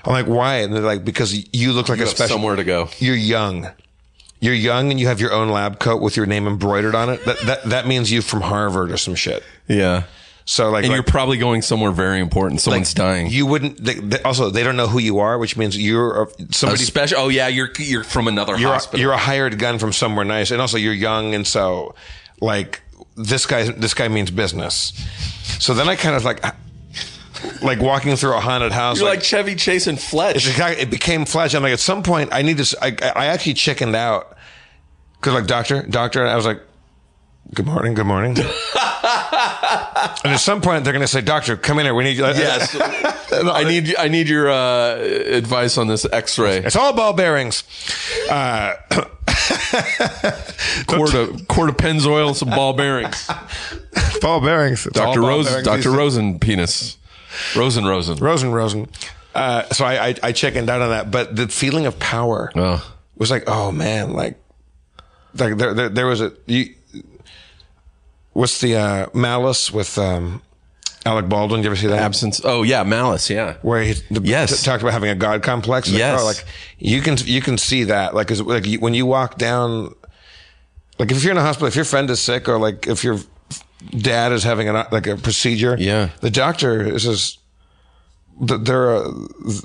I'm like, why? And they're like, because you look like
You
a
have
special.
somewhere to go.
You're young. You're young and you have your own lab coat with your name embroidered on it. That that, that means you from Harvard or some shit.
Yeah.
So like,
And
like-
you're probably going somewhere very important. Someone's dying.
You wouldn't. They, they, also, they don't know who you are, which means you're a,
a
somebody.
special. Oh yeah, you're you're from another
you're, a,
hospital.
you're a hired gun from somewhere nice, and also you're young, and so like this guy, this guy means business. So then I kind of like, like walking through a haunted house.
You're like, Chevy Chase and Fletch.
It's like- it became flesh. I'm like, at some point, I need to. s- I, I actually chickened out because, like, doctor, doctor, and I was like, good morning, good morning. and at some point, they're going to say, doctor, come in here. We need you.
Yes. I need I need your uh, advice on this X-ray.
It's all ball bearings. Uh,
Quart of, quart of Pennzoil, some ball bearings.
ball bearings. It's all
Doctor
ball
Rose,
bearings.
Doctor Rosen penis. Rosen Rosen.
Rosen, Rosen. Uh, so I, I, I chickened out on that, but the feeling of power
Oh.
was like, oh man, like, like there, there, there was a, you, what's the, uh, malice with, um, Alec Baldwin? Did you ever see that?
Absence. Oh yeah, malice. Yeah.
Where he the,
Yes.
t- talked about having a God complex. Like,
Yes.
oh, like you can, you can see that. Like, is like you, when you walk down, like if you're in a hospital, if your friend is sick or like if your dad is having an, like a procedure.
Yeah.
The doctor is just, th- they're, uh,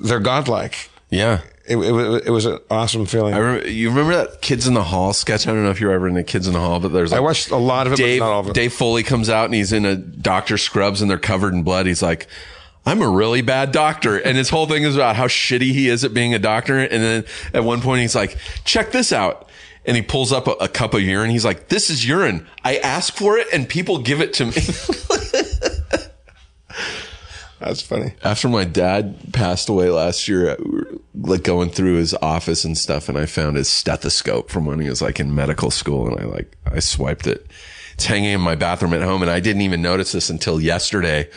they're godlike.
Yeah.
It, it, wa- it was an awesome feeling.
I remember, you remember that Kids in the Hall sketch? I don't know if you were ever in the Kids in the Hall, but there's like
I watched a lot of it, but
Dave,
not all of it.
Dave Foley comes out and he's in a doctor scrubs and they're covered in blood. He's like, I'm a really bad doctor. And his whole thing is about how shitty he is at being a doctor. And then at one point he's like, check this out. And he pulls up a, a cup of urine. He's like, this is urine. I ask for it and people give it to me.
That's funny.
After my dad passed away last year, we were, like going through his office and stuff, and I found his stethoscope from when he was like in medical school, and I like I swiped it. It's hanging in my bathroom at home, and I didn't even notice this until yesterday.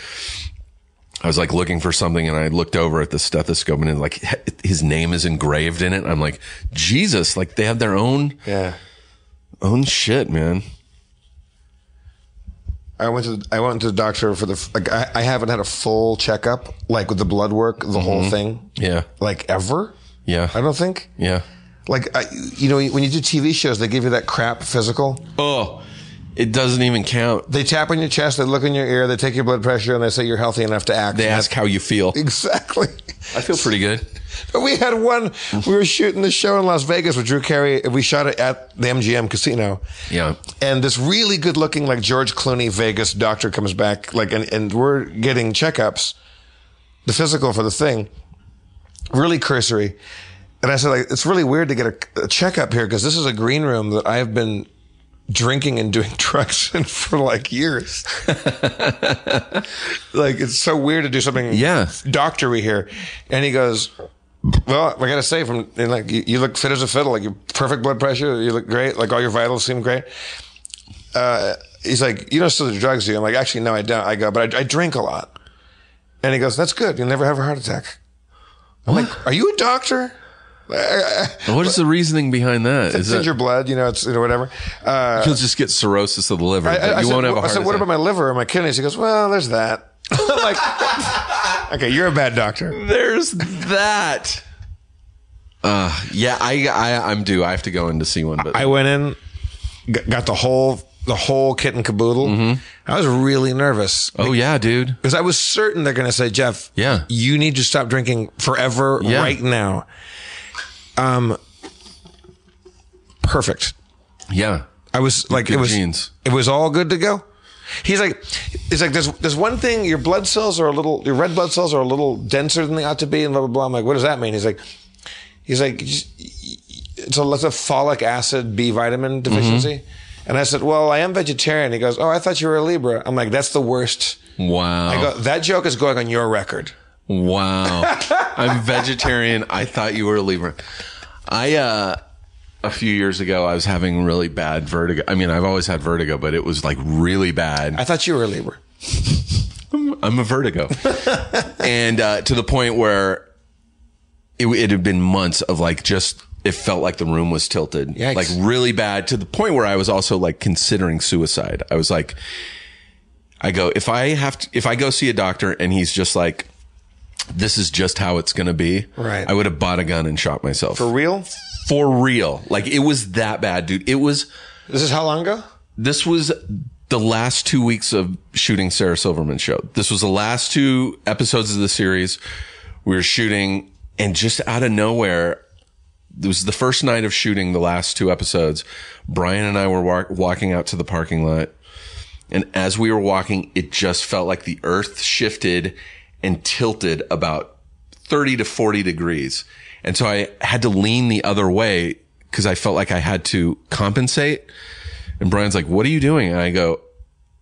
I was like looking for something, and I looked over at the stethoscope, and it, like his name is engraved in it. I'm like, Jesus! Like they have their own
Yeah.
own shit, man.
I went to I went to the doctor for the like I, I haven't had a full checkup like with the blood work the whole thing
Mm-hmm. Yeah,
like ever
yeah,
I don't think
yeah.
like I, you know when you do TV shows they give you that crap physical
Oh, it doesn't even count.
they tap on your chest they look in your ear they take your blood pressure and they say you're healthy enough to act
They ask how you feel.
exactly
I feel pretty good.
we had one we were shooting the show in Las Vegas with Drew Carey we shot it at the MGM casino
Yeah.
and this really good looking like George Clooney Vegas doctor comes back like and, and we're getting checkups the physical for the thing really cursory and I said like it's really weird to get a, a checkup here because this is a green room that I've been drinking and doing drugs in for like years like it's so weird to do something
Yeah.
doctory here and he goes well, I gotta say, from and like you, you look fit as a fiddle, like you perfect blood pressure, you look great, like all your vitals seem great. Uh, he's like, you don't still do drugs, do you? I'm like, actually, no, I don't. I go, but I, I drink a lot. And he goes, that's good. You'll never have a heart attack. I'm like, are you a doctor?
What is the reasoning behind that? Is
It's in
that
your blood, you know, it's you know whatever. Uh,
you'll just get cirrhosis of the liver,
I,
but you
said,
won't have a
I
heart
said, what
attack.
about my liver or my kidneys? He goes, well, there's that. I'm like, okay, you're a bad doctor.
There's that. Uh, yeah, I, I, I'm due. I have to go in to see one, but
I went in, g- got the whole the whole kit and caboodle. I was really nervous.
Mm-hmm. oh yeah, dude.
Because I was certain they're going to say, Jeff,
Yeah.
you need to stop drinking forever
Yeah.
right now. Um, perfect.
Yeah,
I was like,
Good
it was,
genes.
it was all good to go. He's like, he's like, there's, there's one thing your blood cells are a little, your red blood cells are a little denser than they ought to be, and blah blah blah. I'm like, what does that mean? He's like, he's like, "Just- it's a, it's a folic acid B vitamin
Mm-hmm.
deficiency. And I said, well, I am vegetarian. He goes, oh, I thought you were a Libra. I'm like, that's the worst.
wow,
I go, that joke is going on your record.
wow. I'm vegetarian. I thought you were a Libra. I uh, a few years ago, I was having really bad vertigo. I mean, I've always had vertigo, but it was like really bad.
I thought you were a Libra.
I'm a vertigo. and uh, to the point where it, it had been months of like just, it felt like the room was tilted.
Yikes.
Like really bad to the point where I was also like considering suicide. I was like, I go, if I have to, if I go see a doctor and he's just like, this is just how it's going to be.
Right.
I would have bought a gun and shot myself
For real?
for real. Like it was that bad, dude. It was,
This is how long ago?
this was the last two weeks of shooting Sarah Silverman's show. This was the last two episodes of the series we were shooting, and just out of nowhere, it was the first night of shooting the last two episodes. Brian and I were wa- walking out to the parking lot, and as we were walking, it just felt like the earth shifted and tilted about 30 to 40 degrees. And so I had to lean the other way because I felt like I had to compensate. And Brian's like, what are you doing? And I go,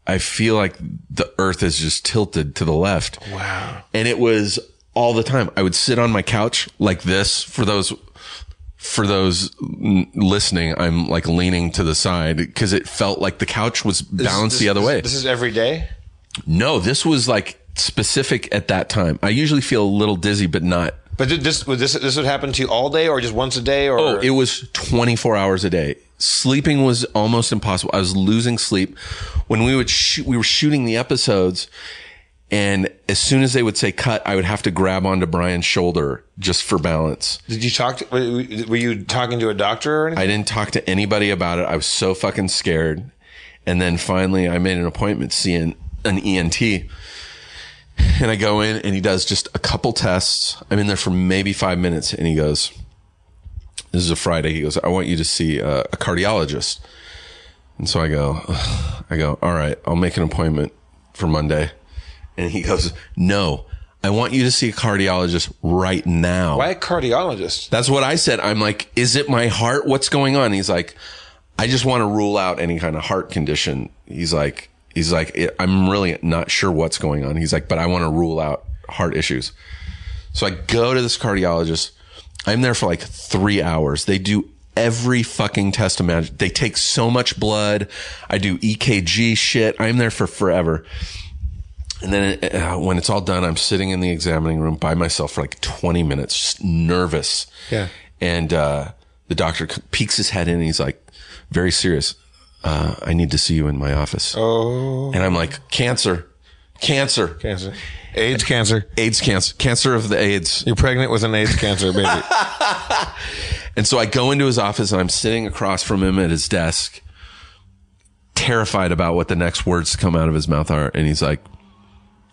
I feel like the earth is just tilted to the left. Wow. And it was all the time. I would sit on my couch like this for those, for those n- listening. I'm like leaning to the side because it felt like the couch was balanced the other way.
This is every day?
no, this was like specific at that time. I usually feel a little dizzy, but not.
But did this would this this would happen to you all day or just once a day or
Oh, it was 24 hours a day. Sleeping was almost impossible. I was losing sleep when we would shoot, we were shooting the episodes and as soon as they would say cut, I would have to grab onto Brian's shoulder just for balance.
did you talk to, were were you talking to a doctor or anything?
I didn't talk to anybody about it. I was so fucking scared. And then finally I made an appointment seeing an ENT. And I go in and he does just a couple tests. I'm in there for maybe five minutes and he goes, This is a Friday. He goes, I want you to see uh, a cardiologist. And so I go, I go, All right, I'll make an appointment for Monday. And he goes, No, I want you to see a cardiologist right now.
Why a cardiologist?
That's what I said. I'm like, is it my heart? What's going on? He's like, I just want to rule out any kind of heart condition. He's like, he's like, "I- I'm really not sure what's going on. He's like, but I want to rule out heart issues. So I go to this cardiologist. I'm there for like three hours. They do every fucking test imagine. They take so much blood. I do EKG shit. I'm there for forever. And then uh, when it's all done, I'm sitting in the examining room by myself for like 20 minutes, just nervous.
Yeah.
And uh, the doctor c- peeks his head in and he's like, very serious. Uh, I need to see you in my office. Oh. And I'm like, cancer, cancer,
Cancer. AIDS cancer.
AIDS cancer, cancer of the AIDS.
You're pregnant with an AIDS cancer baby.
And so I go into his office and I'm sitting across from him at his desk, terrified about what the next words to come out of his mouth are. And he's like,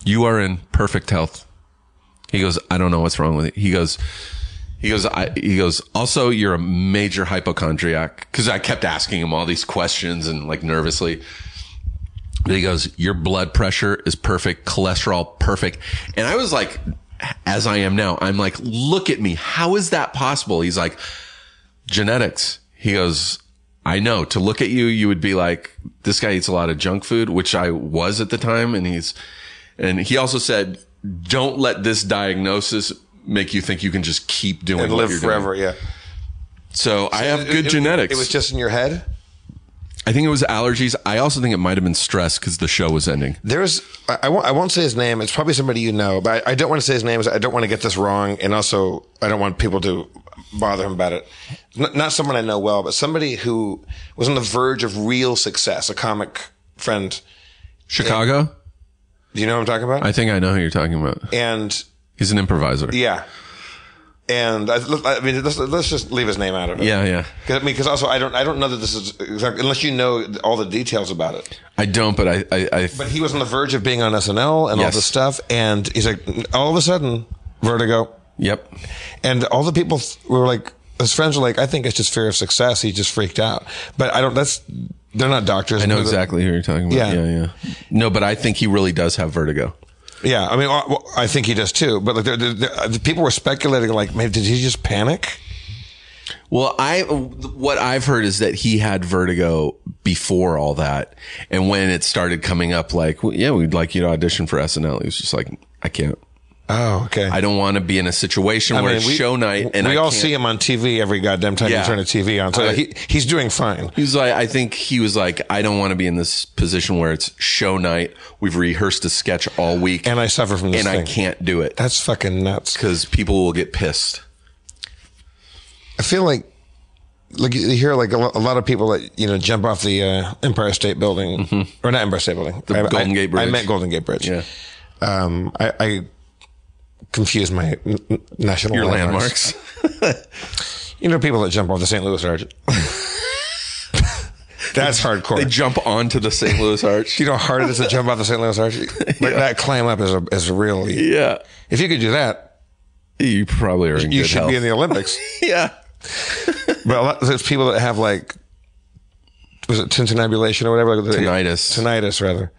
You are in perfect health. He goes, I don't know what's wrong with it. He goes, he goes, I, he goes, also, you're a major hypochondriac. Cause I kept asking him all these questions and like nervously. But he goes, Your blood pressure is perfect, cholesterol perfect. And I was like, as I am now, I'm like, look at me. How is that possible? He's like, genetics. He goes, I know to look at you, you would be like, this guy eats a lot of junk food, which I was at the time. And he's, and he also said, don't let this diagnosis make you think you can just keep doing
and
what
live
you're doing."
forever, yeah.
So I have good
It- it-
genetics.
It was just in your head.
I think it was allergies. I also think it might have been stress because the show was ending.
There's, I, I, won't, I won't say his name. It's probably somebody you know, but I, I don't want to say his name. 'cause I don't want to get this wrong. And also, I don't want people to bother him about it. N- not someone I know well, but somebody who was on the verge of real success, a comic friend.
Chicago.
Do you know what I'm talking about?
I think I know who you're talking about.
and
He's an improviser.
yeah. And I, I mean, let's, let's just leave his name out of it.
Yeah, yeah.
'Cause, I mean, because also I don't, I don't know that this is exact unless you know all the details about it.
I don't, but I, I, I
But he was on the verge of being on SNL and all
Yes.
this stuff, and he's like, all of a sudden, vertigo,
yep.
and all the people were like, his friends were like, I think it's just fear of success. He just freaked out. But I don't. That's they're not doctors.
I know exactly who you're talking about.
Yeah.
yeah, yeah. No, but I think he really does have vertigo.
Yeah, I mean, well, well, I think he does too. But like, they're, they're, they're- the people were speculating, like, maybe did he just panic?
Well, I what I've heard is that he had vertigo before all that, and when it started coming up, like, well, yeah, we'd like you to audition for SNL. He was just like, I can't.
Oh, okay.
I don't want to be in a situation
I
where
mean,
it's show night, and
we
I
all
can't.
see him on TV every goddamn time
Yeah.
you turn a TV on. So
I-
he, he's doing fine.
He was like, I think he was like, I don't want to be in this position where it's show night. We've rehearsed a sketch all week,
And I suffer from this
and I
thing.
can't do it
That's fucking nuts.
because people will get pissed.
I feel like like you hear like a, lo- a lot of people that you know jump off the uh, Empire State Building or not Empire State Building, the
Mm-hmm. Golden Gate Bridge.
I meant Golden Gate Bridge.
Yeah.
Um, I, I confuse my n- n- national
Your
landmarks.
landmarks.
You know, people that jump off the St. Louis Arch. That's hardcore.
They jump onto the St. Louis Arch.
Do you know how hard it is to jump off the St. Louis Arch? Like that climb up is a, is really.
yeah.
If you could do that,
You probably are in
you
good
should
health.
be in the Olympics.
yeah.
But a lot, there's people that have like, was it tintinnabulation or whatever? Like the-
Tinnitus.
Tinnitus, rather.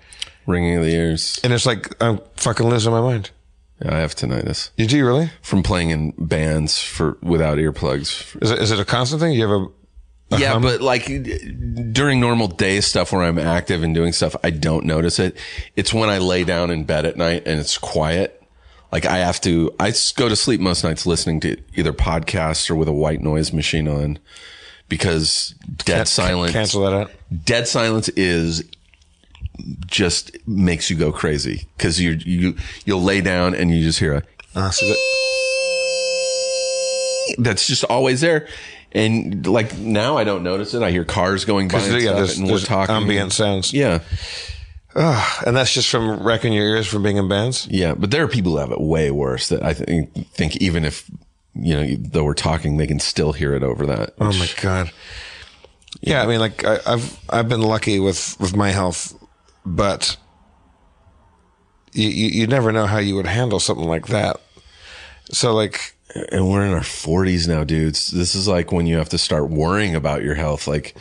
Ringing of the ears.
And it's like, I'm fucking losing my mind.
Yeah, I have tinnitus
You do, really?
from playing in bands for without earplugs.
Is it, is it a constant thing? You have a.
Yeah,
Uh-huh.
but like during normal day stuff where I'm active and doing stuff, I don't notice it. It's when I lay down in bed at night and it's quiet. Like I have to, I s- go to sleep most nights listening to either podcasts or with a white noise machine on because dead silence.
Cancel that out.
dead silence is just makes you go crazy because you you you'll lay down and you just hear a
Uh, so that-
that's just always there and like now i don't notice it i hear cars going by and,
yeah,
stuff,
there's,
and
there's
we're talking
ambient sounds.
yeah
And that's just from wrecking your ears from being in bands?
yeah but there are people who have it way worse that i think think even if you know though we're talking they can still hear it over that
Oh my God. Yeah, I mean, like, I, I've I've been lucky with, with my health, but you, you, you never know how you would handle something like that. So, like,
and we're in our 40s now, dudes. This is like when you have to start worrying about your health. Like,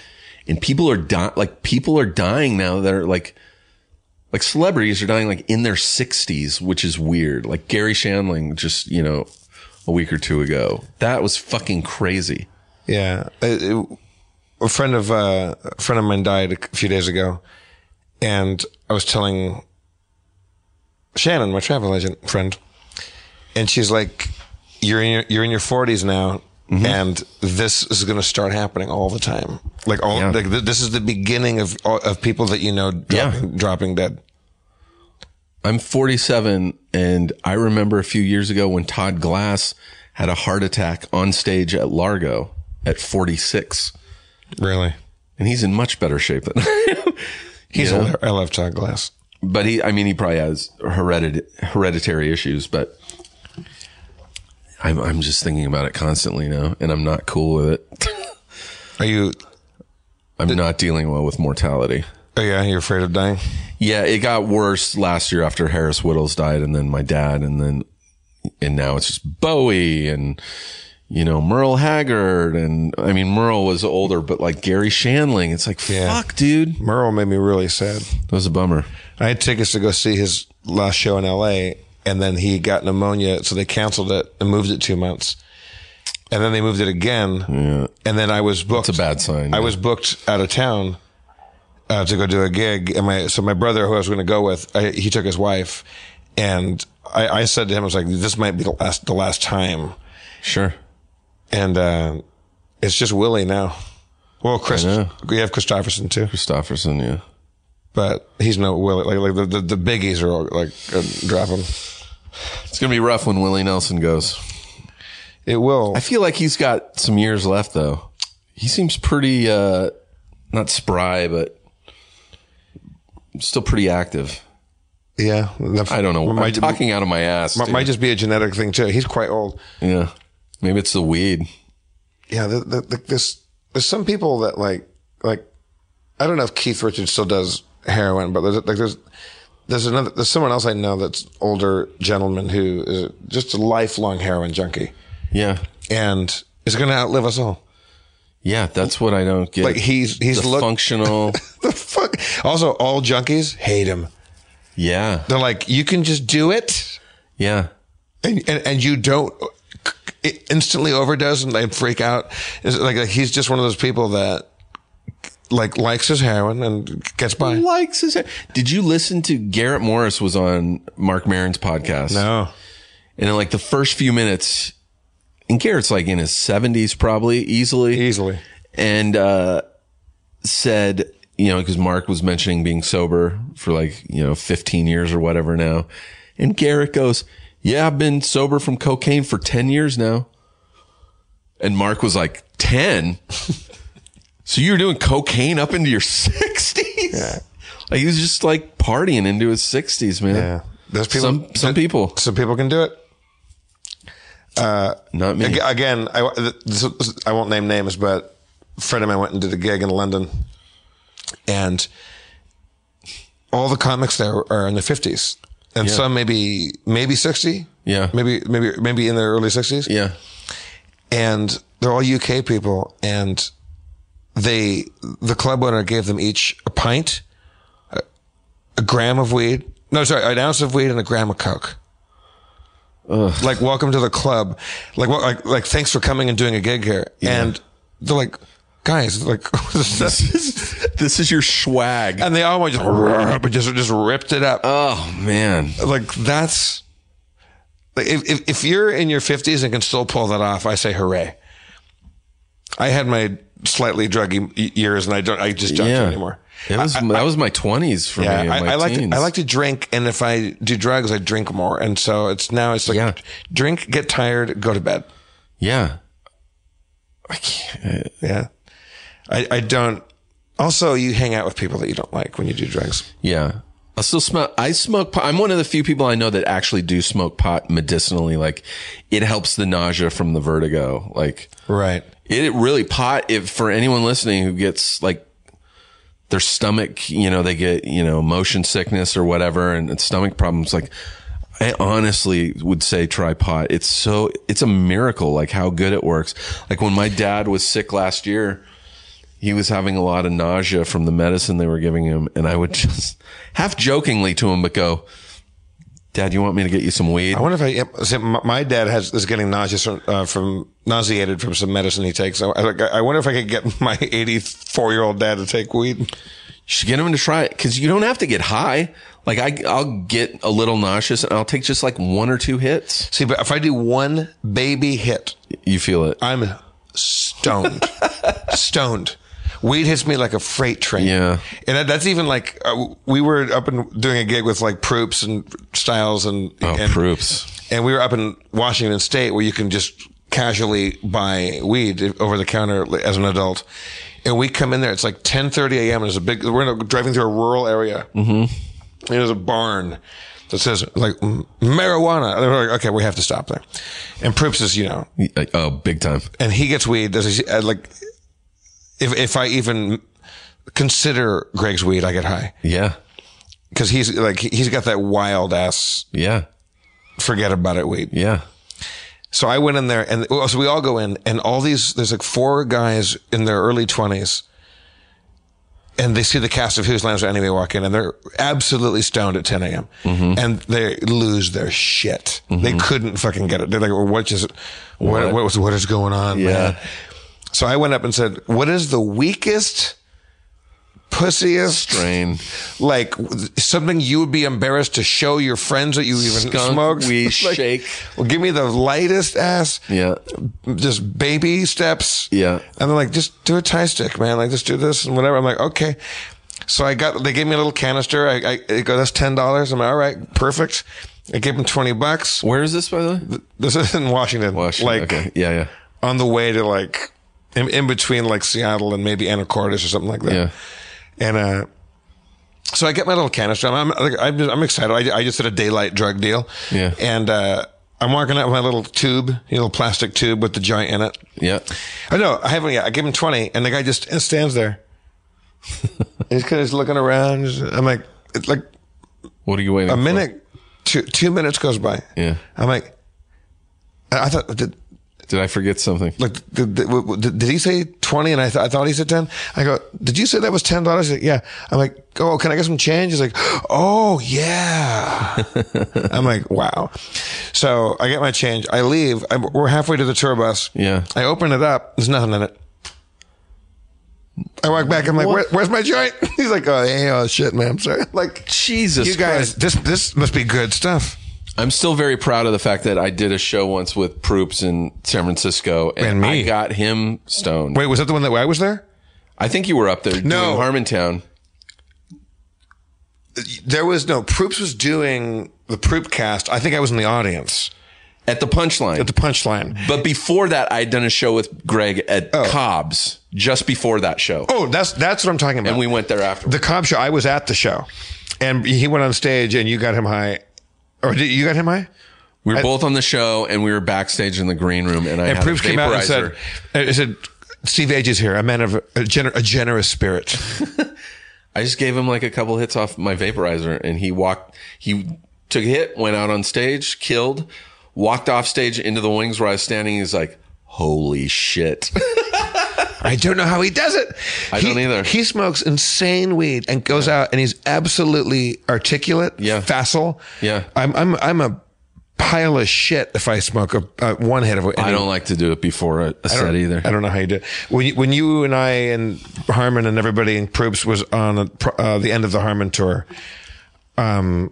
and people are dying, like people are dying now that are like Like celebrities are dying like in their 60s, which is weird. Like Gary Shandling just, you know, a week or two ago. That was fucking crazy.
Yeah, It- it- a friend of uh, a friend of mine died a few days ago, and I was telling Shannon, my travel agent friend, and she's like, "You're in your, you're in your forties now."
Mm-hmm.
And this is going to start happening all the time. Like all,
Yeah.
like th- this is the beginning of all- of people that you know dropping, dropping dead.
I'm 47 and I remember a few years ago when Todd Glass had a heart attack on stage at Largo at 46
Really,
and he's in much better shape than I am.
he's.
Yeah.
hilarious. I love Todd Glass.
But he, I mean, he probably has heredit, hereditary issues, but I'm, I'm just thinking about it constantly now and I'm not cool with it.
Are you?
I'm not dealing well with mortality.
Oh yeah, you're afraid of dying.
Yeah, it got worse last year after Harris Whittles died and then my dad and then and now it's just Bowie and you know Merle Haggard and I mean Merle was older but like Gary Shanling it's like
Yeah.
fuck dude that
Merle made me really sad.
was a bummer.
I had tickets to go see his last show in LA, and then he got pneumonia, so they canceled it and moved it two months. And then they moved it again. And then I was booked.
It's a bad sign.
I was booked out of town uh, to go do a gig, and my so my brother who I was going to go with, I, he took his wife, and I, I said to him, I was like, "This might be the last the last time,"
sure.
and uh, it's just Willie now. Well, Chris,
know.
we have Christopherson too
Christofferson, yeah.
but he's no Willie. Like, like the, the, the biggies are all, like uh, dropping.
It's going to be rough when Willie Nelson goes.
It will.
I feel like he's got some years left though. He seems pretty uh not spry but still pretty active.
yeah, The-
I don't know. I'm
Might,
talking out of my ass.
might,
dude.
might just be a genetic thing too. He's quite old.
Yeah. Maybe it's the weed.
Yeah, the, the, the, this there's some people that like like I don't know if Keith Richards still does heroin, but there's like there's there's another there's someone else I know that's older gentleman who is just a lifelong heroin junkie
Yeah.
and is going to outlive us all.
Yeah, that's what I don't get.
Like he's he's
the
look-
functional.
the fuck. Also, all junkies hate him.
yeah.
They're like, you can just do it.
Yeah.
and and, and you don't instantly overdose and they freak out. It's like he's just one of those people that like likes his heroin and gets by.
Likes his Did you listen to Garrett Morris was on Mark Marin's podcast?
No,
And in like the first few minutes, and Garrett's like in his seventies probably, easily.
easily.
and uh, said, you know, because Mark was mentioning being sober for like, you know, 15 years or whatever now. And Garrett goes, Yeah, I've been sober from cocaine for 10 years now. And Mark was like, 10? so you were doing cocaine up into your 60s?
Yeah.
Like he was just like partying into his 60s, man.
Yeah, those people.
Some, some people,
some people can do it.
not me.
Ag- Again, I this, this- I won't name names, but a friend of mine went and did a gig in London, and all the comics there are in their fifties, and
Yeah.
some maybe maybe sixty.
Yeah.
maybe maybe maybe in their early sixties.
Yeah.
and they're all UK people, and they the club owner gave them each a pint, a, a gram of weed. No, sorry, an ounce of weed and a gram of coke. Like, welcome to the club. Like, wel- like, like, thanks for coming and doing a gig here. And they're like, guys, like, what is this?
This is your swag.
and they all went just, but just, just ripped it up.
Oh, man.
like, that's like if, if if you're in your 50s and can still pull that off, I say hooray. I had my slightly druggy y- years, and I don't. I just don't
Yeah.
anymore.
It was, that was my 20s for me.
Yeah,
and my
I, I like to,
teens.
I like to drink, and if I do drugs, I drink more, and so it's now it's like
Yeah.
drink, get tired, go to bed.
Yeah. I can't.
Yeah, I, I don't. Also, you hang out with people that you don't like when you do drugs.
Yeah. I still smoke. I smoke pot. I'm one of the few people I know that actually do smoke pot medicinally. Like it helps the nausea from the vertigo. Like
Right.
it, it really pot. If for anyone listening who gets like their stomach, you know, they get, you know, motion sickness or whatever and, and stomach problems. Like I honestly would say try pot. It's so, it's a miracle. Like how good it works. Like when my dad was sick last year, he was having a lot of nausea from the medicine they were giving him. And I would just half jokingly to him, but go, Dad, you want me to get you some weed?
I wonder if I. See, my my dad has is getting nauseous from, uh, from nauseated from some medicine he takes. I, I I wonder if I could get my eighty four year old dad to take weed.
You should get him to try it because you don't have to get high. Like I, I'll get a little nauseous and I'll take just like one or two hits.
See, but if I do one baby hit,
You feel it.
I'm stoned, stoned. Weed hits me like a freight train.
Yeah.
and that, that's even like uh, we were up and doing a gig with like Proops and Styles and
Oh,
and,
proofs.
and we were up in Washington State where you can just casually buy weed over the counter as an adult. And we come in there, it's like 10:30 a.m. There's a big. We're in a, driving through a rural area. Mm-hmm. There's a barn that says like "M- marijuana. And we're like, okay, we have to stop there. And Proops is, you know,
Oh, big time.
and he gets weed. Does he, uh, like if if I even consider Greg's weed, I get high
Yeah.
because he's like he- he's got that wild ass
Yeah.
forget about it weed.
Yeah.
So I went in there and well, so we all go in and all these, there's like four guys in their early twenties and they see the cast of Who's Lines Are Anyway walk in and they're absolutely stoned at 10 a.m. And they lose their shit. They couldn't fucking get it. They're like, well, what just, what, what, was, what is going on?
Yeah.
man? So I went up and said, what is the weakest, pussiest,
Brain.
like something you would be embarrassed to show your friends that you even
Skunk
smoked.
weed
Like,
shake.
Well, give me the lightest ass.
Yeah.
Just baby steps.
Yeah.
And they're like, just do a tie stick, man. Like, just do this and whatever. I'm like, okay. So I got, they gave me a little canister. I, I, I go, that's ten dollars. I'm like, all right, perfect. I gave them twenty bucks.
Where is this by the way?
This is in Washington.
Washington.
Like,
okay. Yeah. Yeah.
on the way to like, in, in between like Seattle and maybe Anacortes or something like that.
Yeah.
And uh, so I get my little canister. And I'm like, I'm, just, I'm excited. I, I just did a daylight drug deal.
Yeah.
And uh, I'm walking out with my little tube, you know, plastic tube with the joint in it.
Yeah.
I know I haven't yet. I give him twenty, and the guy just stands there. he's kind of looking around. I'm like, it's like
What are you waiting
a
for?
minute, two two minutes goes by.
Yeah.
I'm like, I I thought. Did,
Did I forget something?
like did, did- w- w- did he say 20 and I, th- I thought he said 10 i go did you say that was $10 He's like, yeah i'm like oh can i get some change he's like oh yeah i'm like wow so i get my change i leave i we're halfway to the tour bus
Yeah.
i open it up there's nothing in it i walk back i'm like Where, where's my joint he's like oh hey oh shit man i'm sorry like
Jesus
you guys
Christ.
this this must be good stuff
I'm still very proud of the fact that I did a show once with Proops in San Francisco and,
And
I
me.
got him stoned.
wait was that the one that i was there
I think you were up there
No.
doing Harmontown.
there was no Proops was doing the Proop cast. I think I was in the audience
At the punchline.
at the punchline.
But before that, I'd done a show with Greg at
Oh.
Cobb's just before that show.
Oh, that's that's what I'm talking about.
And we went there after.
the Cobb show. I was at the show, and he went on stage, and you got him high, or did, you got him high.
we were
I-
both on the show and we were backstage in the green room. And I
And
had
Proops
a vaporizer.
came out and said, "I said Steve Age is here, a man of a, gener- a generous spirit."
I just gave him like a couple hits off my vaporizer and he walked, he took a hit, went out on stage, killed, walked off stage into the wings where I was standing. He's like, holy shit.
I don't know how he does it.
I
He-
don't either.
He smokes insane weed and goes out and he's absolutely articulate,
Yeah.
facile.
Yeah.
I'm I'm I'm a pile of shit if I smoke a, uh, one hit of weed.
I don't like to do it before a, a
I don't-
set either.
I don't know how you do. It. When you, when you and I and Harmon and everybody in Proops was on a, pr- uh, the end of the Harmon tour, um,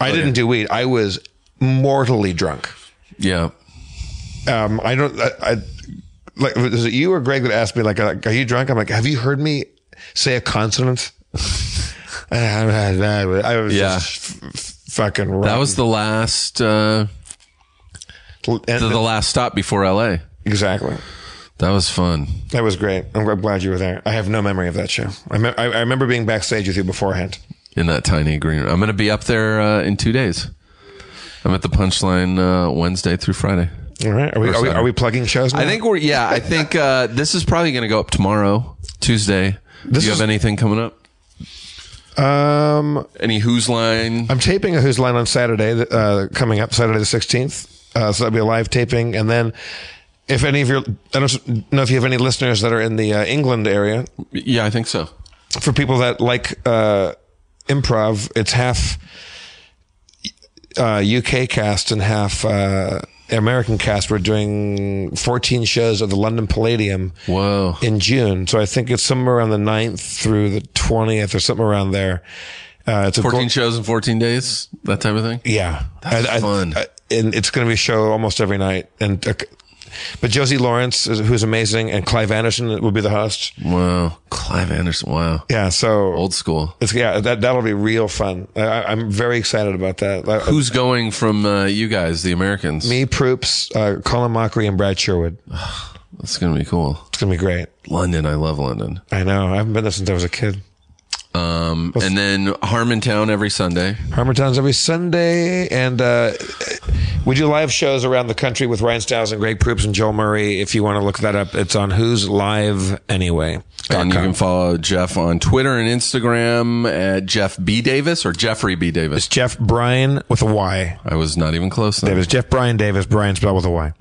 Oh,
I didn't do weed. I was mortally drunk.
Yeah.
um, I don't, I, I like, was it you or Greg that asked me, like, uh, are you drunk? I'm like, have you heard me say a consonant? I was
Yeah.
just f- f- fucking wrong.
That was the last, uh,
And-
the last stop before LA.
exactly.
That was fun.
That was great. I'm gl- glad you were there. I have no memory of that show. I, me- I, I remember being backstage with you beforehand.
in that tiny green room. I'm going to be up there uh, in two days. I'm at the punchline uh, Wednesday through Friday.
All right. Are we, are we,
Saturday.
are we plugging shows now?
I think we're yeah. I think uh, this is probably going to go up tomorrow, Tuesday.
This
Do you
is-
have anything coming up?
um,
Any who's line?
I'm taping a Who's Line on Saturday, uh, coming up Saturday the 16th. Uh, so that'll be a live taping. And then If any of your, I don't know if you have any listeners that are in the uh, England area.
Yeah, I think so.
For people that like uh, improv, it's half uh, UK cast and half uh, American cast. We're doing 14 shows at the London Palladium
Whoa.
in June. So I think it's somewhere around the 9th through the 20th or something around there. Uh, it's a
14
gold-
shows in 14 days, that type of thing.
yeah.
That's
I- I-
fun.
I- and it's going to be a show almost every night. And, uh, but Josie Lawrence, is- who's amazing, and Clive Anderson will be the host.
Wow. Clive Anderson. Wow.
Yeah. So
Old school.
it's, yeah, that, that'll be real fun. I- I, I'm very excited about that. I-
Who's going from uh, you guys, the Americans?
me, Proops, uh, Colin Mockery, and Brad Sherwood.
That's going to be cool.
It's going to be great.
London. I love London.
I know. I haven't been there since I was a kid.
Um, and then Harmontown every Sunday.
Harmertowns every Sunday, and uh, we do live shows around the country with Ryan Stiles and Greg Proops and Joel Murray. If you want to look that up, it's on Who's Live Anyway.
And you can follow Jeff on Twitter and Instagram at Jeff B. Davis or Jeffrey B. Davis.
Jeff Bryan with a Y.
I was not even close. Then.
Davis. Jeff Bryan Davis. Bryan spelled with a Y.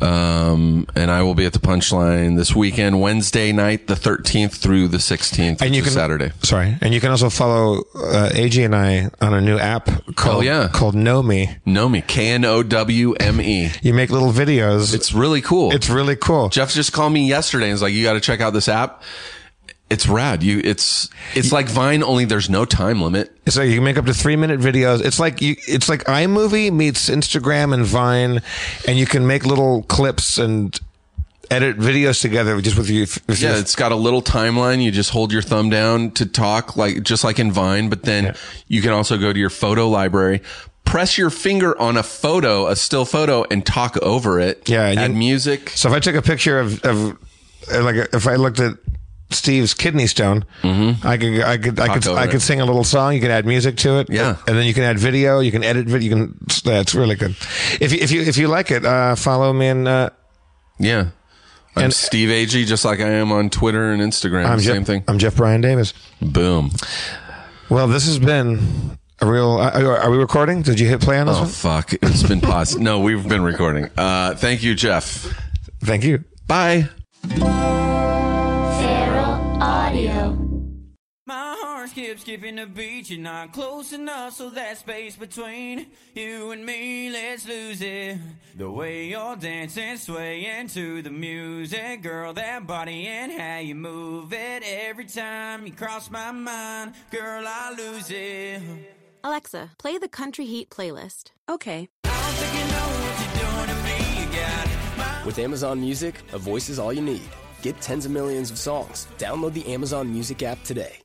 Um, and I will be at the Punchline this weekend, Wednesday night, the 13th through the 16th,
And
which
you
is
can
Saturday.
Sorry, and you can also follow uh, AJ and I on a new app called
yeah.
called Know Me.
Know me, K N O W M E.
You make little videos. It's
It's really cool.
it's really cool.
Jeff just called me yesterday and was like, "You got to check out this app. It's rad. You, it's it's like Vine, only there's no time limit.
So you can make up to three minute videos. It's like you, it's like iMovie meets Instagram and Vine, and you can make little clips and edit videos together just with you. If you-
Yeah, it's got a little timeline. You just hold your thumb down to talk, like just like in Vine. But then you can also go to your photo library, press your finger on a photo, a still photo, and talk over it.
Yeah, and
add
you-
music.
so if I took a picture of, of uh, like if I looked at Steve's kidney stone, I could I could
Mm-hmm.
I
Talk
could
over
I
it.
could sing a little song. You can add music to it.
Yeah.
and then you can add video. You can edit video. You can. That's really good. If you, if you if you like it, uh, follow me and. Uh,
Yeah, I'm
And-
Steve Ag, just like I am on Twitter and Instagram.
I'm
Same
Jeff,
thing.
I'm Jeff Bryan Davis.
Boom.
Well, this has been a real. uh, Are, are we recording? Did you hit play on this
Oh
one?
fuck! It's been paused. no, we've been recording. Uh, thank you, Jeff.
Thank you.
Bye.
Feral Audio.
My heart skips skipping the beach, you're not close enough, so that space between you and me, let's lose it. The way you're dancing, swaying to the music, girl, that body and how you move it. Every time you cross my mind, girl, I lose it.
Alexa, play the Country Heat playlist. Okay.
I don't think you know what you're doing to me, you got my
With Amazon Music, a voice is all you need. Get tens of millions of songs. Download the Amazon Music app today.